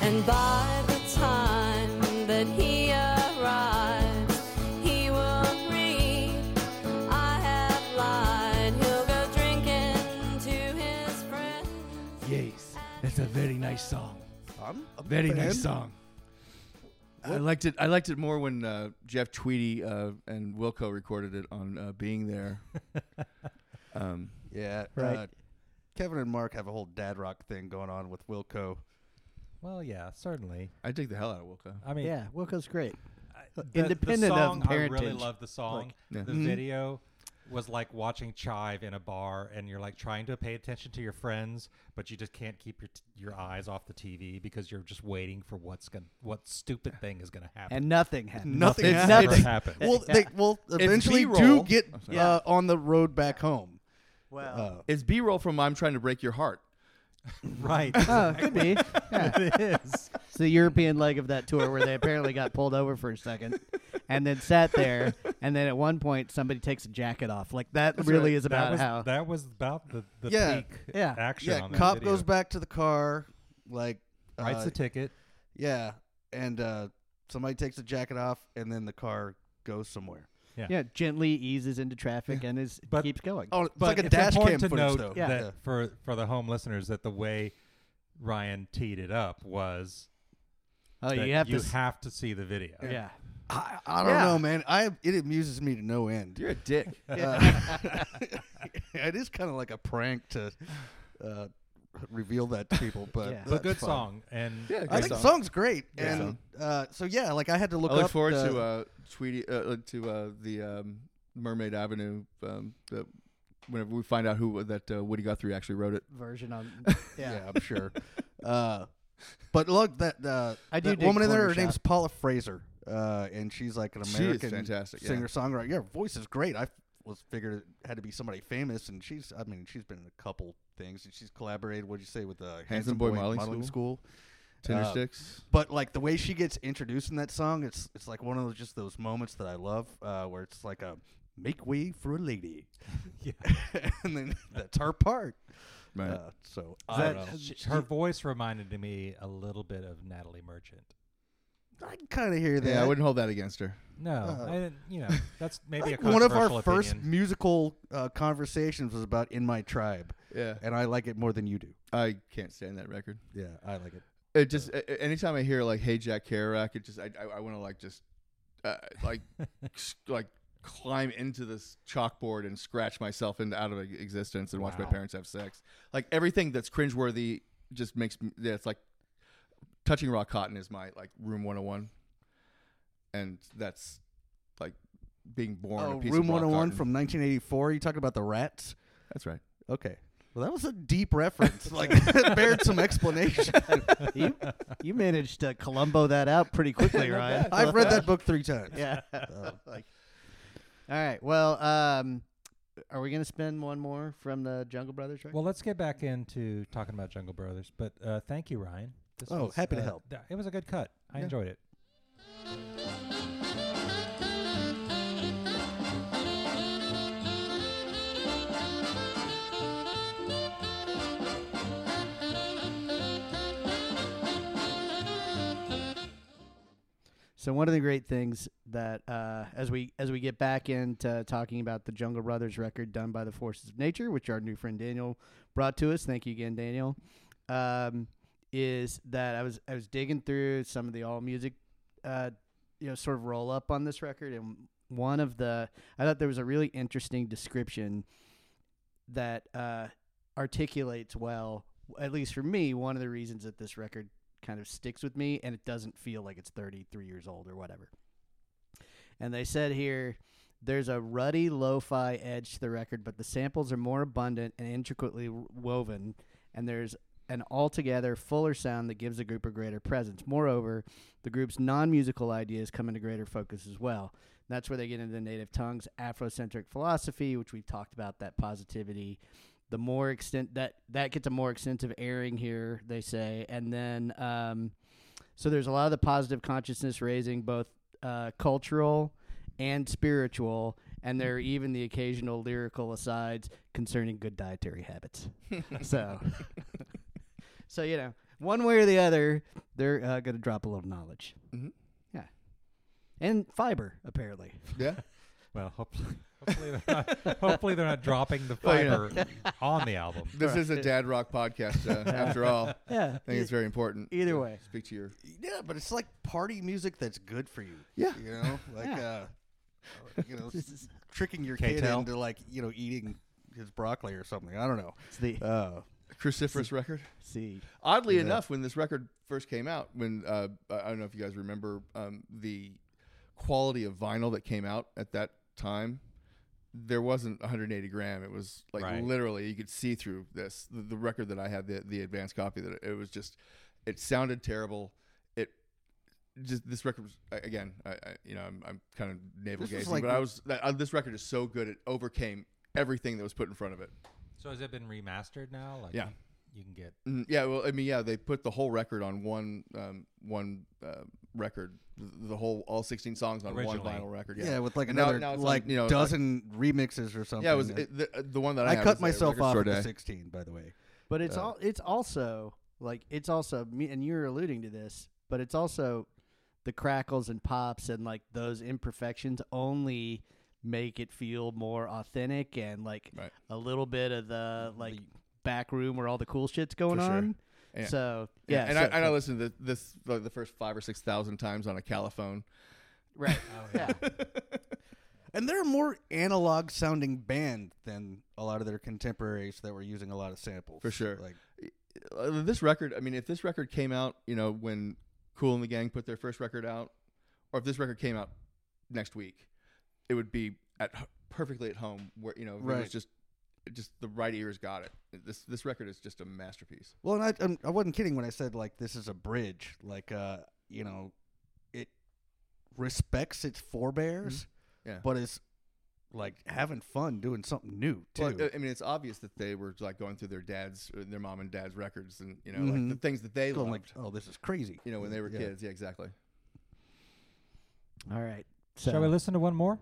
G: And by the time that he arrives, he will read, I have lied. He'll go drinking to his friends.
F: Yes, that's a very nice song.
A: I'm a
F: Very
A: fan.
F: nice song.
D: I liked it. I liked it more when uh, Jeff Tweedy uh, and Wilco recorded it on uh, "Being There." um,
A: Yeah.
C: Right.
A: Uh, Kevin and Mark have a whole dad rock thing going on with Wilco.
B: Well, yeah, certainly.
D: I dig the hell out of Wilco.
B: I mean,
C: yeah wilco's great
B: I-
C: independent
B: the
C: of
B: song, I really
C: parentage. Mm-hmm.
B: love the song.
D: Yeah.
B: The video was like watching Chive in a bar, and you're like trying to pay attention to your friends, but you just can't keep your t- your eyes off the TV because you're just waiting for what's going what stupid thing is gonna happen.
C: and nothing happened
A: Nothing
C: It's
A: happened.
B: Never
C: nothing
B: happened.
A: Well, they will eventually do
D: B-roll.
A: get
D: I'm sorry.
A: uh, on the road back home.
C: well
A: Uh,
D: It's B-roll from "I'm Trying to Break Your Heart."
B: right.
C: Oh, it could be. Yeah.
B: it is.
C: It's the European leg of that tour where they apparently got pulled over for a second and then sat there. And then at one point, somebody takes a jacket off. Like that really is
B: that
C: about
B: was,
C: how.
B: That was about the, the
A: Yeah.
B: peak
C: Yeah.
B: action.
A: yeah,
B: on that
A: cop
B: video.
A: goes back to the car, like uh,
B: writes the ticket.
A: yeah, and uh, somebody takes the jacket off, and then the car goes somewhere.
C: yeah, gently eases into traffic and is
B: But-
C: keeps going.
A: Oh, it's
B: But
A: like a
B: it's
A: dash cam
B: important
A: footage
B: to note
A: though.
C: Yeah.
B: that for for the home listeners that the way Ryan teed it up was
C: oh,
B: that
C: you have
B: you
C: to. s-
B: have to see the video.
C: yeah.
A: I, I don't
C: Yeah.
A: know, man. I it amuses me to no end.
D: You're a dick.
A: Uh, it is kind of like a prank to uh, reveal that to people, but
C: Yeah. But
B: but good
A: that's fun.
B: song and
D: Yeah,
A: I
D: Great
A: think the
D: song.
A: song's great,
B: Yeah.
A: and uh, so yeah, like I had to look.
D: I look
A: up
D: forward
A: the-
D: to uh, Tweety uh, uh, to uh, the um, Mermaid Avenue. Um, the, whenever we find out who that uh, Woody Guthrie actually wrote it.
C: Version on.
A: yeah.
C: Yeah.
A: I'm sure. uh, but look, that uh,
C: I do
A: that
C: dig
A: woman in there.
C: Corner
A: Her name's
C: Shop.
A: Paula Fraser, uh, and she's like an
D: She is
A: American
D: fantastic, yeah.
A: singer songwriter. Yeah, her voice is great. I was figured it had to be somebody famous, and she's. I mean, she's been in a couple things, and she's collaborated. What'd you say with uh, the Handsome,
D: Boy Modeling
A: School?
D: Tinder
A: Uh,
D: sticks.
A: But like the way she gets introduced in that song, it's it's like one of those, just those moments that I love, uh, where it's like a make way for a lady,
B: Yeah.
A: and then that's her part.
D: Right.
A: Uh, so
B: I
A: I,
B: don't know.
C: sh-
B: her voice reminded me a little bit of Natalie Merchant.
A: I kind of hear that.
D: yeah, I wouldn't hold that against her.
B: No,
A: Uh,
B: I didn't, you know that's maybe a
A: Like, one of our
B: controversial
A: first
B: opinion.
A: musical uh, conversations was about "In My Tribe,"
D: Yeah,
A: and I like it more than you do.
D: I can't stand that record.
A: Yeah, I like it.
D: It just a- a- anytime I hear like "Hey Jack Kerouac," it just I I, I want to like just uh, like s- like climb into this chalkboard and scratch myself into out of e-, existence and watch my
B: Wow.
D: parents have sex. Like everything that's cringeworthy just makes me. Yeah, it's like touching raw cotton is my like room 101, and that's like being born. a
A: Oh,
D: piece
A: Room
D: of raw
A: 101
D: cotton.
A: from 1984. You talking about the Rats?
D: that's right.
A: Okay. Well, that was a deep reference. like, it bared some explanation.
C: you, you managed to Columbo that out pretty quickly, Ryan.
A: I've read that book three times.
C: yeah.
A: Uh,
C: All right. Well, um, are we gonna spend one more from the Jungle Brothers? Right?
B: Well, let's get back into talking about Jungle Brothers. But uh, thank you, Ryan. This
A: Oh,
B: was,
A: happy to
B: uh,
A: help.
B: th- it was a good cut. I enjoyed it.
C: So one of the great things that uh, as we as we get back into talking about the Jungle Brothers record done by the Forces of Nature, which our new friend Daniel brought to us. Thank you again, Daniel. Um, is that I was I was digging through some of the all music, uh, you know, sort of roll up on this record, and one of the I thought there was a really interesting description that uh, articulates well, at least for me, one of the reasons that this record kind of sticks with me and it doesn't feel like it's 33 years old or whatever. And they said here there's a ruddy lo fi edge to the record, but the samples are more abundant and intricately w- woven, and there's an altogether fuller sound that gives the group a greater presence. Moreover, the group's non musical ideas come into greater focus as well. And That's where they get into the native tongues, Afrocentric philosophy, which we've talked about, that positivity, the more extent that that gets a more extensive airing here they say and then um, so there's a lot of the positive consciousness raising both uh, cultural and spiritual and there are even the occasional lyrical asides concerning good dietary habits so so you know one way or the other they're uh, going to drop a little knowledge
D: Mhm.
C: yeah and fiber apparently
D: Yeah.
B: Well, hopefully, hopefully they're not, hopefully they're not dropping the
A: Oh,
D: Well, yeah.
B: fiber on the album.
D: This is a dad rock podcast, uh, after all. I
C: yeah E
D: think it's very important.
C: Either
D: to
C: way.
D: speak to your.
A: yeah, but it's like party music that's good for you.
D: Yeah.
A: You know? Like, uh, you know, tricking your kid
B: K-Tel.
A: into, like, you know, eating his broccoli or something. I don't know.
C: it's the
A: Uh,
D: cruciferous record.
C: see
D: Oddly enough, when this record first came out, when uh, I I don't know if you guys remember um, the quality of vinyl that came out at that time, there wasn't 180 gram. It was like
B: Right.
D: literally you could see through this. The, the record that I had, the the advanced copy, that it, was just it sounded terrible. It just this record was I- again, I, I you know I'm, I'm kind of navel
A: This was
D: gazing,
A: like
D: but I was that, uh, this record is so good it overcame everything that was put in front of it.
B: So has it been remastered now? Like,
D: Yeah.
B: you can get.
D: Mm, Yeah, well, I mean, yeah, they put the whole record on one um, one uh, record, the the whole all sixteen songs on
B: Originally.
D: one vinyl record.
A: Yeah,
D: Yeah,
A: with like
D: And now-
A: another
D: now it's on,
A: like
D: you know, like-
A: dozen remixes or something.
D: yeah, it was
A: that-
D: it, the, uh, the one that I,
A: I
D: have
A: cut
D: is a
A: myself
D: record
A: off
D: store
A: at the
D: day.
A: 16, by the way.
C: But it's
A: Uh,
C: all it's also like it's also me and you're alluding to this, but it's also the crackles and pops and like those imperfections only make it feel more authentic and like
D: Right.
C: a little bit of the like back room where all the cool shit's going
D: sure.
C: on.
D: Yeah.
C: So yeah,
D: and
C: so,
D: I, and I listened to this like the first five or six thousand times on a caliphone.
C: right.
B: oh,
C: yeah.
A: And they're a more analog sounding band than a lot of their contemporaries that were using a lot of samples.
D: For sure.
A: Like
D: Uh, This record, I mean, if this record came out, you know, when Cool and the Gang put their first record out, or if this record came out next week, it would be at h- perfectly at home where you know it
A: Right.
D: was just just the right ears got it. This this record is just a masterpiece.
A: Well, and I I'm, I wasn't kidding when I said like this is a bridge. Like uh, you know, it respects its forebears,
D: Mm-hmm. Yeah.
A: but it's like having fun doing something new too.
D: Well, I- I mean, it's obvious that they were like going through their dad's, or their mom and dad's records, and you know,
A: Mhm.
C: Mm-hmm.
D: like the things that they
A: Going
D: loved,
A: like, oh, this is crazy.
D: you know, when they were
A: Yeah.
D: kids. Yeah, exactly.
C: All right. So
B: Shall we listen to one more?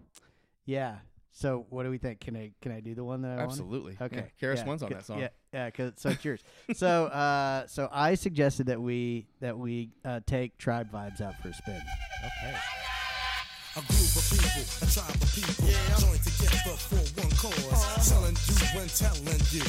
C: yeah. So what do we think? Can I can I do the one that I wanted?
D: Absolutely.
C: Okay.
D: Yeah. Karis
C: yeah,
D: One's on
C: good,
D: that song.
C: Yeah, yeah. 'cause- so it's yours. so, uh, so I suggested that we that we uh, take tribe vibes out for a spin.
B: Okay.
E: A group of people, a tribe of people, joined together for one cause. Telling you when telling you.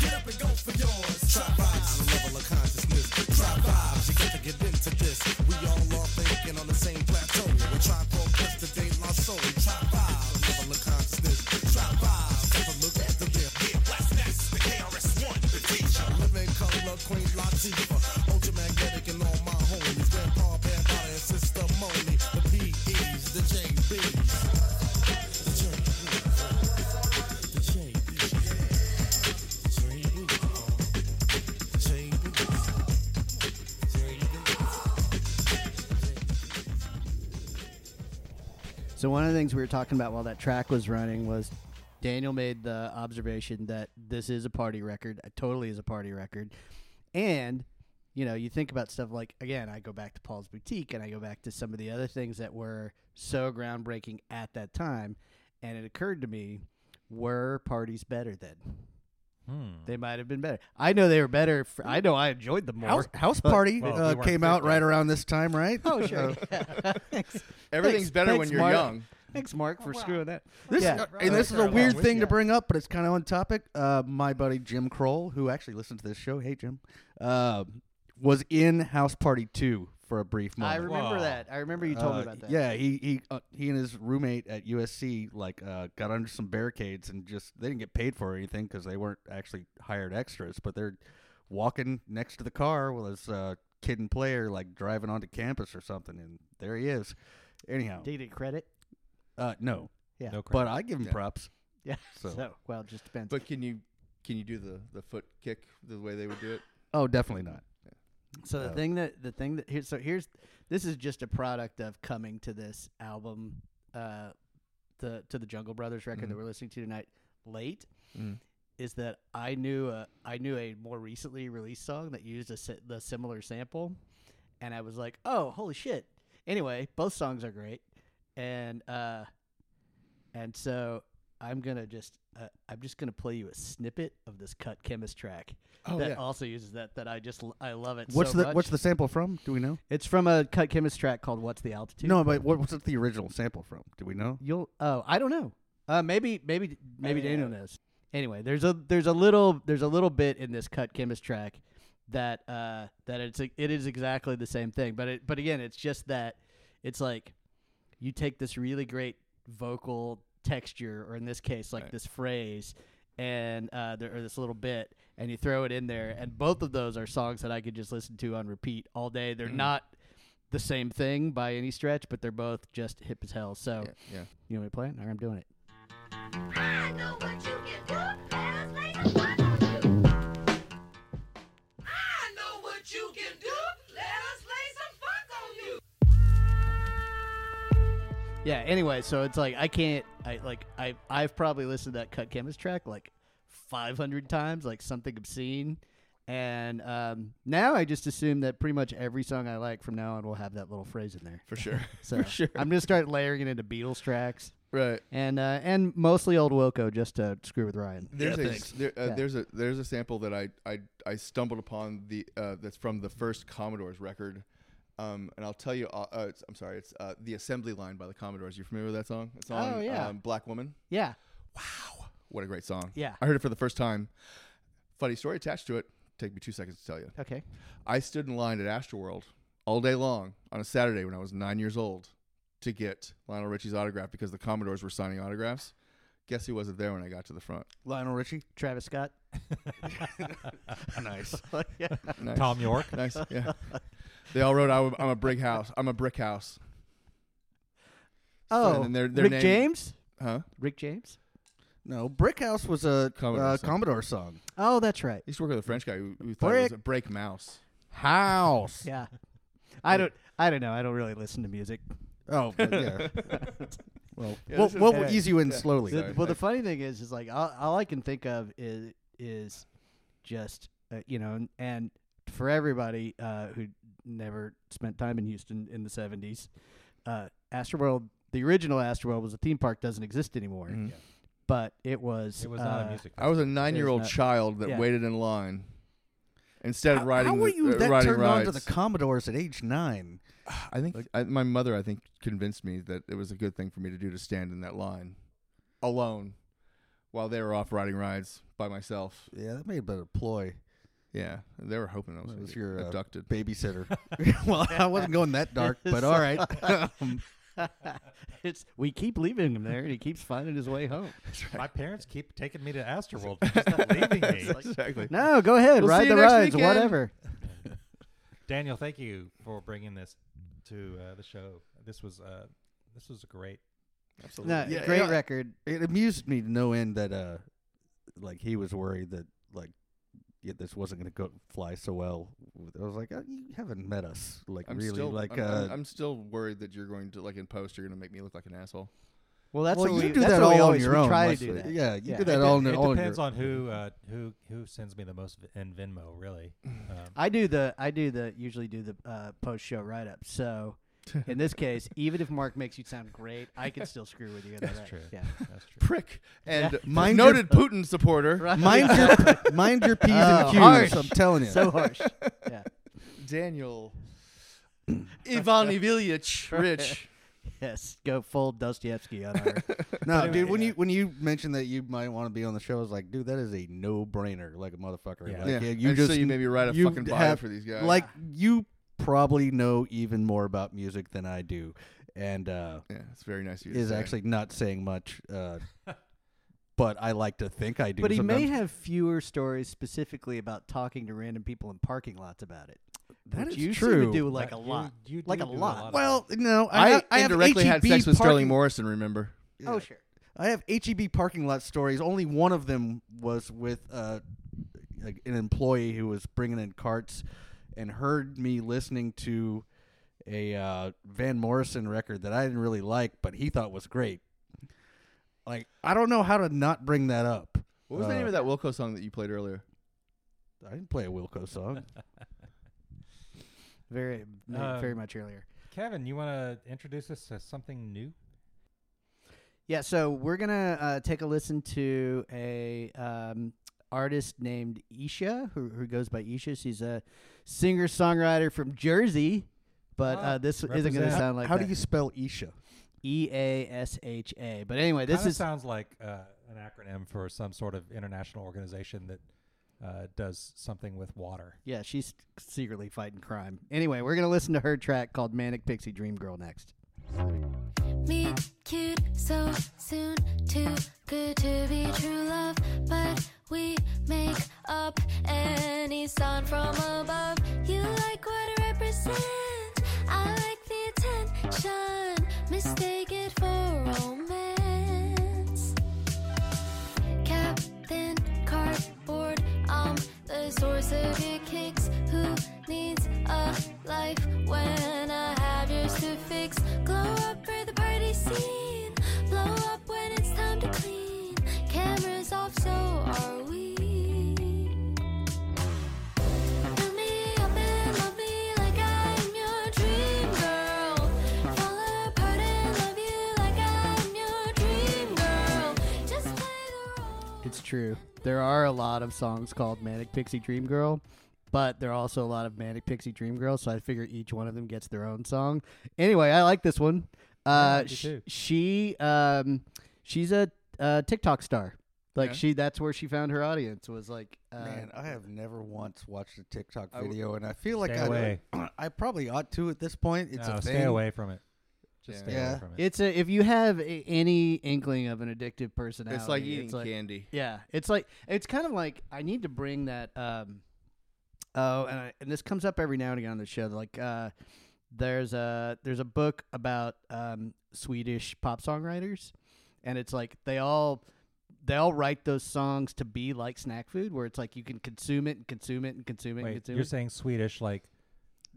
E: Get up and go for yours. Tribe vibes is a level of consciousness. Tribe vibes, you got to get into this. We all are thinking on the same plateau. We try to progress the day lost soul. Tribe vibes, a level of consciousness. Tribe vibes, take a look at the real. Yeah, what's next? The KRS-One, the teacher. Living color, Queen Latifah. Ultramagnetic and all my homies. Grandpa, Bandana, and Sister Moni. The PEs, the JBs. The JBs. The JBs.
C: So one of the things we were talking about while that track was running was Daniel made the observation that this is a party record. It totally is a party record, and you know you think about stuff like again I go back to Paul's Boutique and I go back to some of the other things that were so groundbreaking at that time, and it occurred to me, were parties better then?
B: Hmm.
C: They might have been better. I know they were better. For, I know I enjoyed them more.
A: House, house
C: But-
A: party
B: Well,
A: uh,
B: we weren't
A: came out
B: big
A: right
B: then.
A: around this time, right?
C: Oh sure.
A: Uh,
C: Yeah. Thanks.
D: Everything's
C: Thanks-
D: better
C: thanks,
D: when you're
C: Mark.
D: young.
C: Thanks, Mark, for screwing that.
A: This,
C: Yeah.
A: uh, and this is a
B: Right.
A: weird
B: Yeah.
A: thing
C: Yeah.
A: to bring up, but it's kind of on topic. Uh, my buddy Jim Kroll, who actually listens to this show, hey Jim, uh, was in House Party Two for a brief moment.
C: I remember
B: Wow.
C: that. I remember you told me
A: Uh,
C: about that.
A: Yeah, he he uh, he and his roommate at USC like uh, got under some barricades and just they didn't get paid for anything because they weren't actually hired extras, but they're walking next to the car with this uh, kid and player like driving onto campus or something, and there he is. Anyhow,
C: Did he get credit?
A: uh, no,
C: Yeah.
B: No crap.
A: but I give him
D: Yeah.
A: props.
C: Yeah. So,
A: So-
C: well, it just depends.
D: But can you can you do the the foot kick the way they would do it?
A: Oh, definitely not.
C: so the
A: uh,
C: thing that the thing that here so here's this is just a product of coming to this album, uh, the to the Jungle Brothers record
A: Mm-hmm.
C: that
D: Mhm.
C: we're listening to tonight late.
D: Mm.
C: Is that I knew a, I knew a more recently released song that used a si- the similar sample, and I was like, oh, holy shit! Anyway, both songs are great, and uh, and so I'm gonna just uh, I'm just gonna play you a snippet of this Cut Chemist track
D: Oh,
C: that
D: yeah.
C: also uses that that I just l- I love it.
A: What's
C: so
A: the
C: much.
A: what's the sample from? Do we know?
C: It's from a Cut Chemist track called "What's the Altitude."
A: No, but what, what's the original sample from? Do we know?
C: you'll oh I don't know. Uh, maybe maybe maybe Daniel knows. Anyway, there's a there's a little there's a little bit in this Cut Chemist track that uh that it's it is exactly the same thing, but it but again it's just that it's like you take this really great vocal texture, or in this case, like
D: Right.
C: this phrase, and uh, there, or this little bit, and you throw it in there, and both of those are songs that I could just listen to on repeat all day. They're
D: Mm-hmm.
C: not the same thing by any stretch, but they're both just hip as hell. So
D: Yeah, yeah.
C: you want me to play it? All right, I'm doing it.
H: I know what you can do, and let's make us one or two. I know what you can do, let us lay some funk on you.
C: Yeah. Anyway, so it's like I can't. I like I I've probably listened to that Cut Chemist track like 500 times, like something obscene, And um, now I just assume that pretty much every song I like from now on will have that little phrase in there.
D: for sure.
C: So
D: for sure.
C: I'm gonna start layering it into Beatles tracks
D: right.
C: and uh, and mostly old Wilco just to screw with Ryan.
D: There's
A: Yeah,
D: a
A: thanks.
D: there, uh,
C: Yeah.
D: there's a there's a sample that I I, I stumbled upon the uh, that's from the first Commodores record, um, and I'll tell you. Uh, uh, it's, I'm sorry. It's uh, the Assembly Line by the Commodores. You familiar with that song? It's on
C: Oh, yeah.
D: um, Black Woman.
C: Yeah,
D: What a great song.
C: Yeah.
D: I heard it for the first time. Funny story attached to it. Take me two seconds to tell you.
C: okay.
D: I stood in line at Astroworld all day long on a Saturday when I was nine years old to get Lionel Richie's autograph because the Commodores were signing autographs. Guess who wasn't there when I got to the front?
A: Lionel Richie.
C: Travis Scott.
A: nice.
C: yeah.
D: Nice.
B: Tom York.
D: Nice. Yeah. They all wrote, "I'm a- I'm a brick house. I'm a brick house."
C: Oh,
D: And then their- their
C: Rick
D: name-
C: James.
D: Huh?
C: Rick James.
A: No, Brick House was a
D: Commodore
A: uh,
D: song.
A: Commodore song.
C: Oh, that's right.
D: I used to work with a French guy who, who thought it was a break mouse.
A: House.
C: Yeah. I don't. I don't know. I don't really listen to music.
A: Oh, but yeah. well,
D: Yeah,
A: we'll,
D: this is-
A: we'll
C: Hey.
A: ease you in slowly.
D: Sorry.
C: The- well, the funny thing is, is like all, all I can think of is is just uh, you know, and, and for everybody uh, who never spent time in Houston in the seventies, uh, Astroworld, the original Astroworld was a theme park, doesn't exist anymore,
D: Mhm. Yeah.
C: but Mm. it was
B: It was not
C: uh,
B: a music.
D: I was a nine-year-old
C: not-
D: child that
C: yeah.
D: waited in line instead of
A: How-
D: riding.
A: How were
D: the-
A: you
D: uh,
A: that
D: riding
A: turned on to the
D: rides.
A: Commodores at age nine?
D: I think
A: Like-
D: I, my mother, I think, convinced me that it was a good thing for me to do to stand in that line alone while they were off riding rides by myself.
A: Yeah, that may have been a ploy.
D: Yeah, they were hoping I was,
A: That
D: gonna
A: was
D: get
A: your, uh,
D: abducted.
A: Babysitter. well, I wasn't going that dark, but all right. Um,
C: it's we keep leaving him there, and he keeps finding his way home.
B: My parents keep taking me to Astroworld, they're just not leaving me.
D: exactly.
C: No, go ahead,
D: We'll see
C: ride
D: you
C: the
D: next
C: rides,
D: weekend.
C: whatever.
B: Daniel, thank you for bringing this to uh, the show. This was uh, this was great.
D: Absolutely.
C: No,
A: Yeah,
C: great
A: yeah.
C: record.
A: it amused me to no end that, uh, like, he was worried that, like, yeah, this wasn't going to go fly so well. I was like, oh, you haven't met us, like,
D: I'm
A: really,
D: still
A: like,
D: I'm,
A: uh,
D: I'm- I'm still worried that you're going to like in post you're going to make me look like an asshole.
C: Well, that's
A: well,
C: what
A: you
C: we
A: do
C: that's
A: that
C: what we
A: all on
C: always,
A: your
C: we
A: own.
C: Try to
A: Leslie.
C: do that.
A: Yeah, you
C: Yeah.
A: do
B: it,
A: that
B: de-
A: all on
B: it
A: all on
B: depends
A: your
B: on who uh, who who sends me the most v- in Venmo, really. Um,
C: I do the I do the usually do the uh, post show write up. So in this case, even if Mark makes you sound great, I can still screw with you. in the
B: That's
C: write-
B: true.
C: Yeah.
B: that's true.
D: Prick and
A: Mind your-
D: noted Putin supporter
C: Right.
A: Mind your mind your p's
C: Oh,
A: and q's.
C: harsh.
A: I'm telling you.
C: So harsh. Yeah.
D: Daniel Ivan Ilyich Rich.
C: Yes. Go full Dostoevsky on our.
A: no,
C: But
A: dude.
C: anyway,
A: When
C: yeah.
A: you when you mentioned that you might want to be on the show, I was like, dude, that is a no brainer, like a motherfucker.
B: Yeah.
A: Like,
D: Yeah,
A: you
D: and so
A: just
D: you made me write a
A: you
D: fucking bio
A: have-
D: for these guys.
A: like you probably know even more about music than I do, and uh,
D: yeah, it's very nice of you. to
A: is
D: say.
A: actually not saying much. Uh, but I like to think I do.
C: But he may
A: sometimes.
C: have fewer stories specifically about talking to random people in parking lots about it.
A: That
C: which
A: is
C: you Seem
A: true.
C: to do like
B: That
C: a
B: you-
C: lot.
B: you
C: like
B: do
C: a
B: do a
C: lot.
B: lot of-
A: Well, no, I
D: I, E
A: I have E
D: indirectly had
A: HEB
D: sex with Sterling
A: parking-
D: Morrison. Remember?
C: Oh sure.
A: I have HEB parking lot stories. Only one of them was with uh, like an employee who was bringing in carts and heard me listening to a uh, Van Morrison record that I didn't really like, but he thought was great. Like I don't know how to not bring that up.
D: What was the
A: Uh,
D: name of that Wilco song that you played earlier?
A: I didn't play a Wilco song.
C: Very
B: Um,
C: very much earlier.
B: Kevin, you want to introduce us to something new?
C: Yeah, so we're gonna uh, take a listen to a um, artist named Isha, who, who goes by Isha. She's a singer songwriter from Jersey, but
B: Ah,
C: uh, this isn't gonna
B: represent.
C: sound like
A: how do you spell Isha?
C: E A S H A? But anyway, this
B: Kinda
C: is
B: sounds like uh, an acronym for some sort of international organization that uh, does something with water.
C: yeah, she's secretly fighting crime. Anyway, we're gonna listen to her track called "Manic Pixie Dream Girl" next.
G: Me cute so soon, too good to be true love. But we make up any sound from above. You like what I represent, I like the attention. Mistake it for romance. Captain Cardboard, I'm the source of your kicks. Who needs a life when I have yours to fix? Glow up for the party scene, blow up when it's time to clean. Cameras off, so are we.
C: true. There are a lot of songs called Manic Pixie Dream Girl, but there are also a lot of Manic Pixie Dream Girls, so I figure each one of them gets their own song. Anyway, I like this one. Uh,
B: like it
C: sh-
B: too.
C: she um, she's a uh, TikTok star. Like
D: Yeah.
C: she, that's where she found her audience was like. Uh,
A: Man, I have never once watched a TikTok
D: I w-
A: video, and I feel like
B: Stay
A: I,
B: away.
A: I probably ought to at this point. It's
B: no,
A: a thing.
B: stay away from it. Just
D: Yeah.
B: stay
A: Yeah.
B: away from it.
C: it's a if you have a, any inkling of an addictive personality,
D: It's like eating
C: like-
D: candy.
C: Yeah, it's like it's kind of like I need to bring that. um Oh, and I, and this comes up every now and again on the show. Like, uh, there's a there's a book about um, Swedish pop songwriters, and it's like they all they all write those songs to be like snack food, where it's like you can consume it and consume it and consume it and
B: Wait,
C: consume
B: you're
C: it.
B: saying Swedish like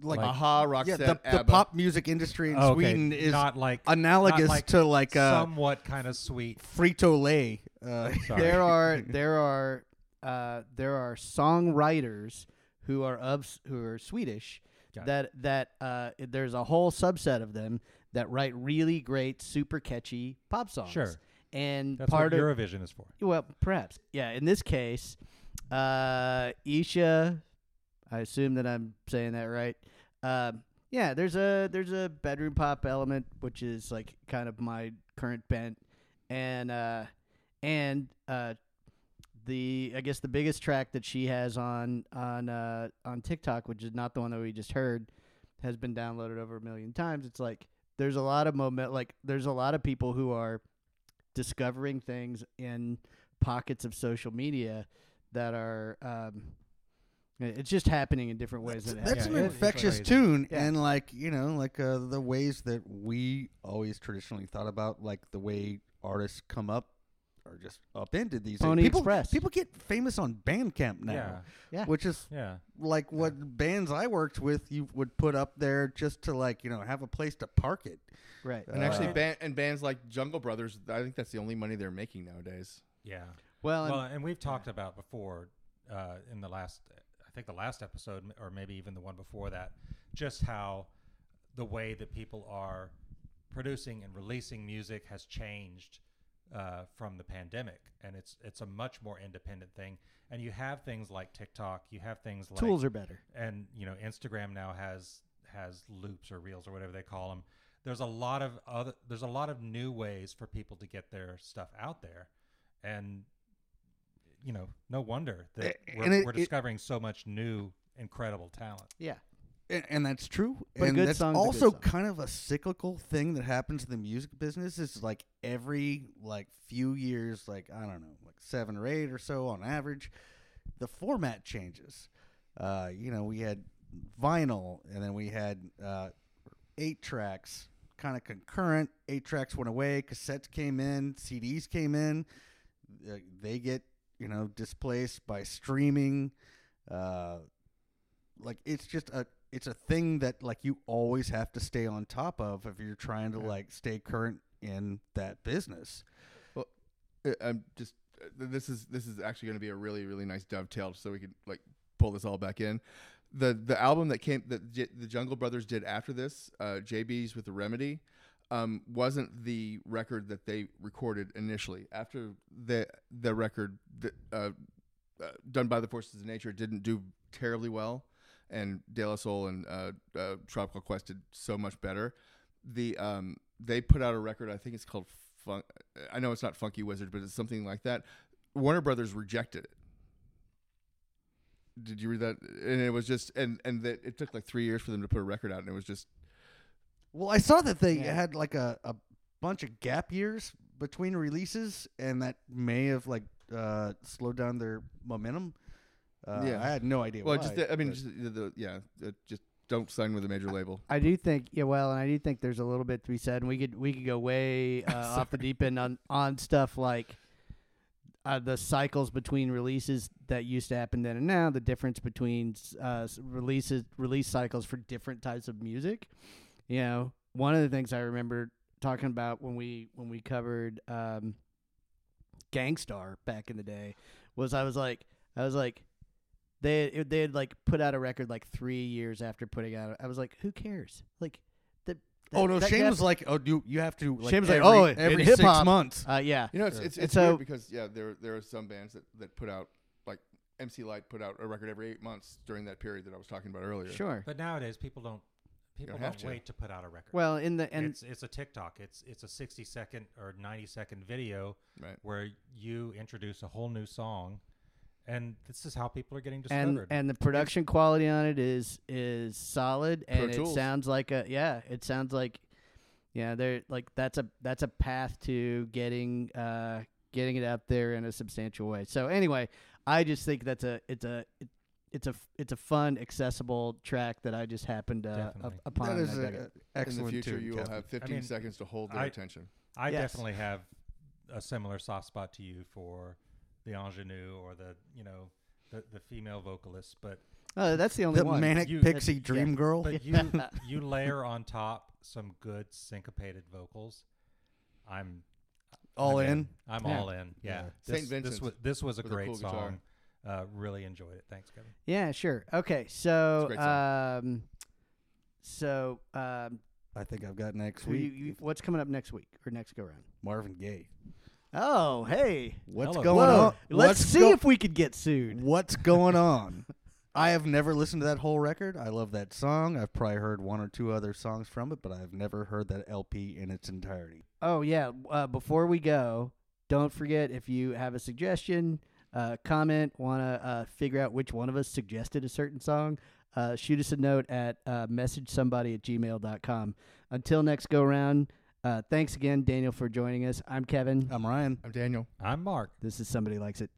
A: Like,
B: Like-
D: Aha, Roxette,
A: yeah, the, the
D: ABBA.
A: pop music industry in
B: Oh, okay,
A: Sweden is
B: not like
A: analogous
B: not like
A: to like uh,
B: somewhat kind of sweet.
A: Frito Lay. Uh,
B: Sorry.
C: there are there are uh, there are songwriters who are of S- who are Swedish
B: Got it.
C: that that uh, there's a whole subset of them that write really great, super catchy pop songs.
B: Sure.
C: and
B: That's
C: part of
B: what Eurovision is for.
C: well, perhaps yeah. In this case, uh, Isha, I assume that I'm saying that right. Um, yeah, there's a there's a bedroom pop element, which is like kind of my current bent, and uh, and uh, the I guess the biggest track that she has on on uh, on TikTok, which is not the one that we just heard, has been downloaded over a million times. It's like there's a lot of moment, like there's a lot of people who are discovering things in pockets of social media that are um, it- it's just happening in different ways.
A: that's
C: than it
A: that's
C: happened
A: an
B: Yeah, it-
C: before.
B: it's
A: infectious
B: crazy.
A: tune,
C: Yeah.
A: and like you know, like uh, the ways that we always traditionally thought about, like the way artists come up are just upended these days.
C: Pony
A: people,
C: Express.
A: People get famous on Bandcamp now,
B: Yeah.
C: Yeah.
A: which is
B: Yeah.
A: like what bands I worked with, you would put up there just to like you know have a place to park it.
C: right.
D: And actually,
A: Uh,
D: ban- and bands like Jungle Brothers, I think that's the only money they're making nowadays.
B: Yeah.
C: Well, and,
B: Well, and we've talked about before uh, in the last, I think the last episode, m- or maybe even the one before that, just how the way that people are producing and releasing music has changed uh, from the pandemic, and it's it's a much more independent thing. And you have things like TikTok, you have things like
C: tools are better.
B: and you know Instagram now has has loops or reels or whatever they call them. There's a lot of other there's a lot of new ways for people to get their stuff out there, and you know no wonder that
A: A-
B: we're,
A: and it-
B: we're
A: it-
B: discovering so much new incredible talent.
C: Yeah.
A: and, and that's true.
C: But a
A: and
C: good
A: that's
C: song's a good
A: also
C: song.
A: kind of a cyclical thing that happens in the music business. Is like every like few years, like I don't know, like seven or eight or so on average, the format changes. Uh, you know, we had vinyl, and then we had uh, eight tracks, kind of concurrent. Eight tracks went away. Cassettes came in. CDs came in. Uh, they get you know displaced by streaming. Uh, like it's just a it's a thing that like you always have to stay on top of if you're trying to like stay current in that business.
D: Uh, I'm just uh, th- this is this is actually going to be a really really nice dovetail, so we could like pull this all back in. The the album that came that J- the Jungle Brothers did after this, uh, JB's with the Remedy, um, wasn't the record that they recorded initially. After the the record that, uh, uh, done by the Forces of Nature didn't do terribly well, and De La Soul and uh, uh, Tropical Quest did so much better. The um, they put out a record. I think it's called Funk. I know it's not Funky Wizard, but it's something like that. Warner Brothers rejected it. Did you read that? And it was just and and that it took like three years for them to put a record out, and it was just
A: Well, I saw that they
C: Yeah.
A: had like a, a bunch of gap years between releases, and that may have like uh, slowed down their momentum. Uh,
D: Yeah.
A: I had no idea.
D: well,
A: why,
D: just I mean,
A: but-
D: just the, the yeah, uh, just don't sign with a major label.
C: I do think yeah, well, and I do think there's a little bit to be said. And we could we could go way uh, off the deep end on on stuff like uh, the cycles between releases that used to happen then and now, the difference between uh, s- releases release cycles for different types of music. You know, one of the things I remember talking about when we when we covered um, Gangstar back in the day was I was like I was like they it- they had like put out a record like three years after putting out. I was like, who cares? Like the
A: Oh no,
C: that-
A: Shane
C: that-
A: was like, oh, you you have to. Like,
C: Shane was like,
A: every,
C: "Oh, in
A: every six
C: hip-hop."
A: months.
C: Uh, yeah.
D: You know, it's it's,
C: And
D: it's weird
C: so-
D: because yeah, there there are some bands that, that put out like MC Light put out a record every eight months during that period that I was talking about earlier.
C: Sure.
B: But nowadays, people don't people
D: don't
B: don't
D: have to.
B: wait to put out a record.
C: Well, in the and
B: it's it's a TikTok. It's it's a sixty second or ninety second video
D: Right.
B: where you introduce a whole new song, and this is how people are getting
C: and
B: discovered.
C: and the production quality on it is is solid and
D: Pro
C: it
D: Tools.
C: sounds like a yeah, it sounds like yeah, they're like that's a that's a path to getting uh getting it out there in a substantial way. So anyway, I just think that's a it's a it, it's a f- it's a fun accessible track that I just happened uh, up,
B: Definitely.
C: upon.
A: that
C: and
A: is
C: I dug it.
A: an
D: In the
A: excellent
D: future,
A: tune,
D: you will
A: Jeff.
D: have 15
B: mean,
D: seconds to hold their
B: I-
D: attention.
B: I
C: yes.
B: definitely have a similar soft spot to you for the ingenue or the you know the, the female vocalists, but
C: Oh, that's the only
A: the
C: one.
A: manic
B: You-
A: pixie
C: yeah.
A: dream girl.
B: but you you layer on top some good syncopated vocals. I'm
A: all
B: I'm
A: in.
B: I'm
C: Yeah.
B: all in. Yeah.
D: Yeah.
B: This,
D: Saint
B: This
D: Vincent
B: was this was a
D: with a
B: great
D: cool guitar.
B: song. Uh, really enjoyed it. Thanks, Kevin.
C: Yeah, sure. Okay,
D: It's a
C: so
D: great
C: um, so um,
A: I think I've got next
C: who you,
A: week.
C: you, what's coming up next week or next go round?
A: Marvin Gaye.
C: Oh, hey,
A: What's
B: Hello.
A: going
C: Whoa,
A: on?
C: Let's
A: What's
C: see
A: go-
C: if we could get sued.
A: What's going on? I have never listened to that whole record. I love that song. I've probably heard one or two other songs from it, but I've never heard that LP in its entirety.
C: Oh yeah. Uh, before we go, don't forget if you have a suggestion, uh, comment, want to uh, figure out which one of us suggested a certain song, uh, shoot us a note at uh, messagesomebody at gmail.com. Until next go round, uh, thanks again, Daniel, for joining us. I'm Kevin.
A: I'm Ryan.
D: I'm Daniel.
B: I'm Mark.
C: This is Somebody Likes It.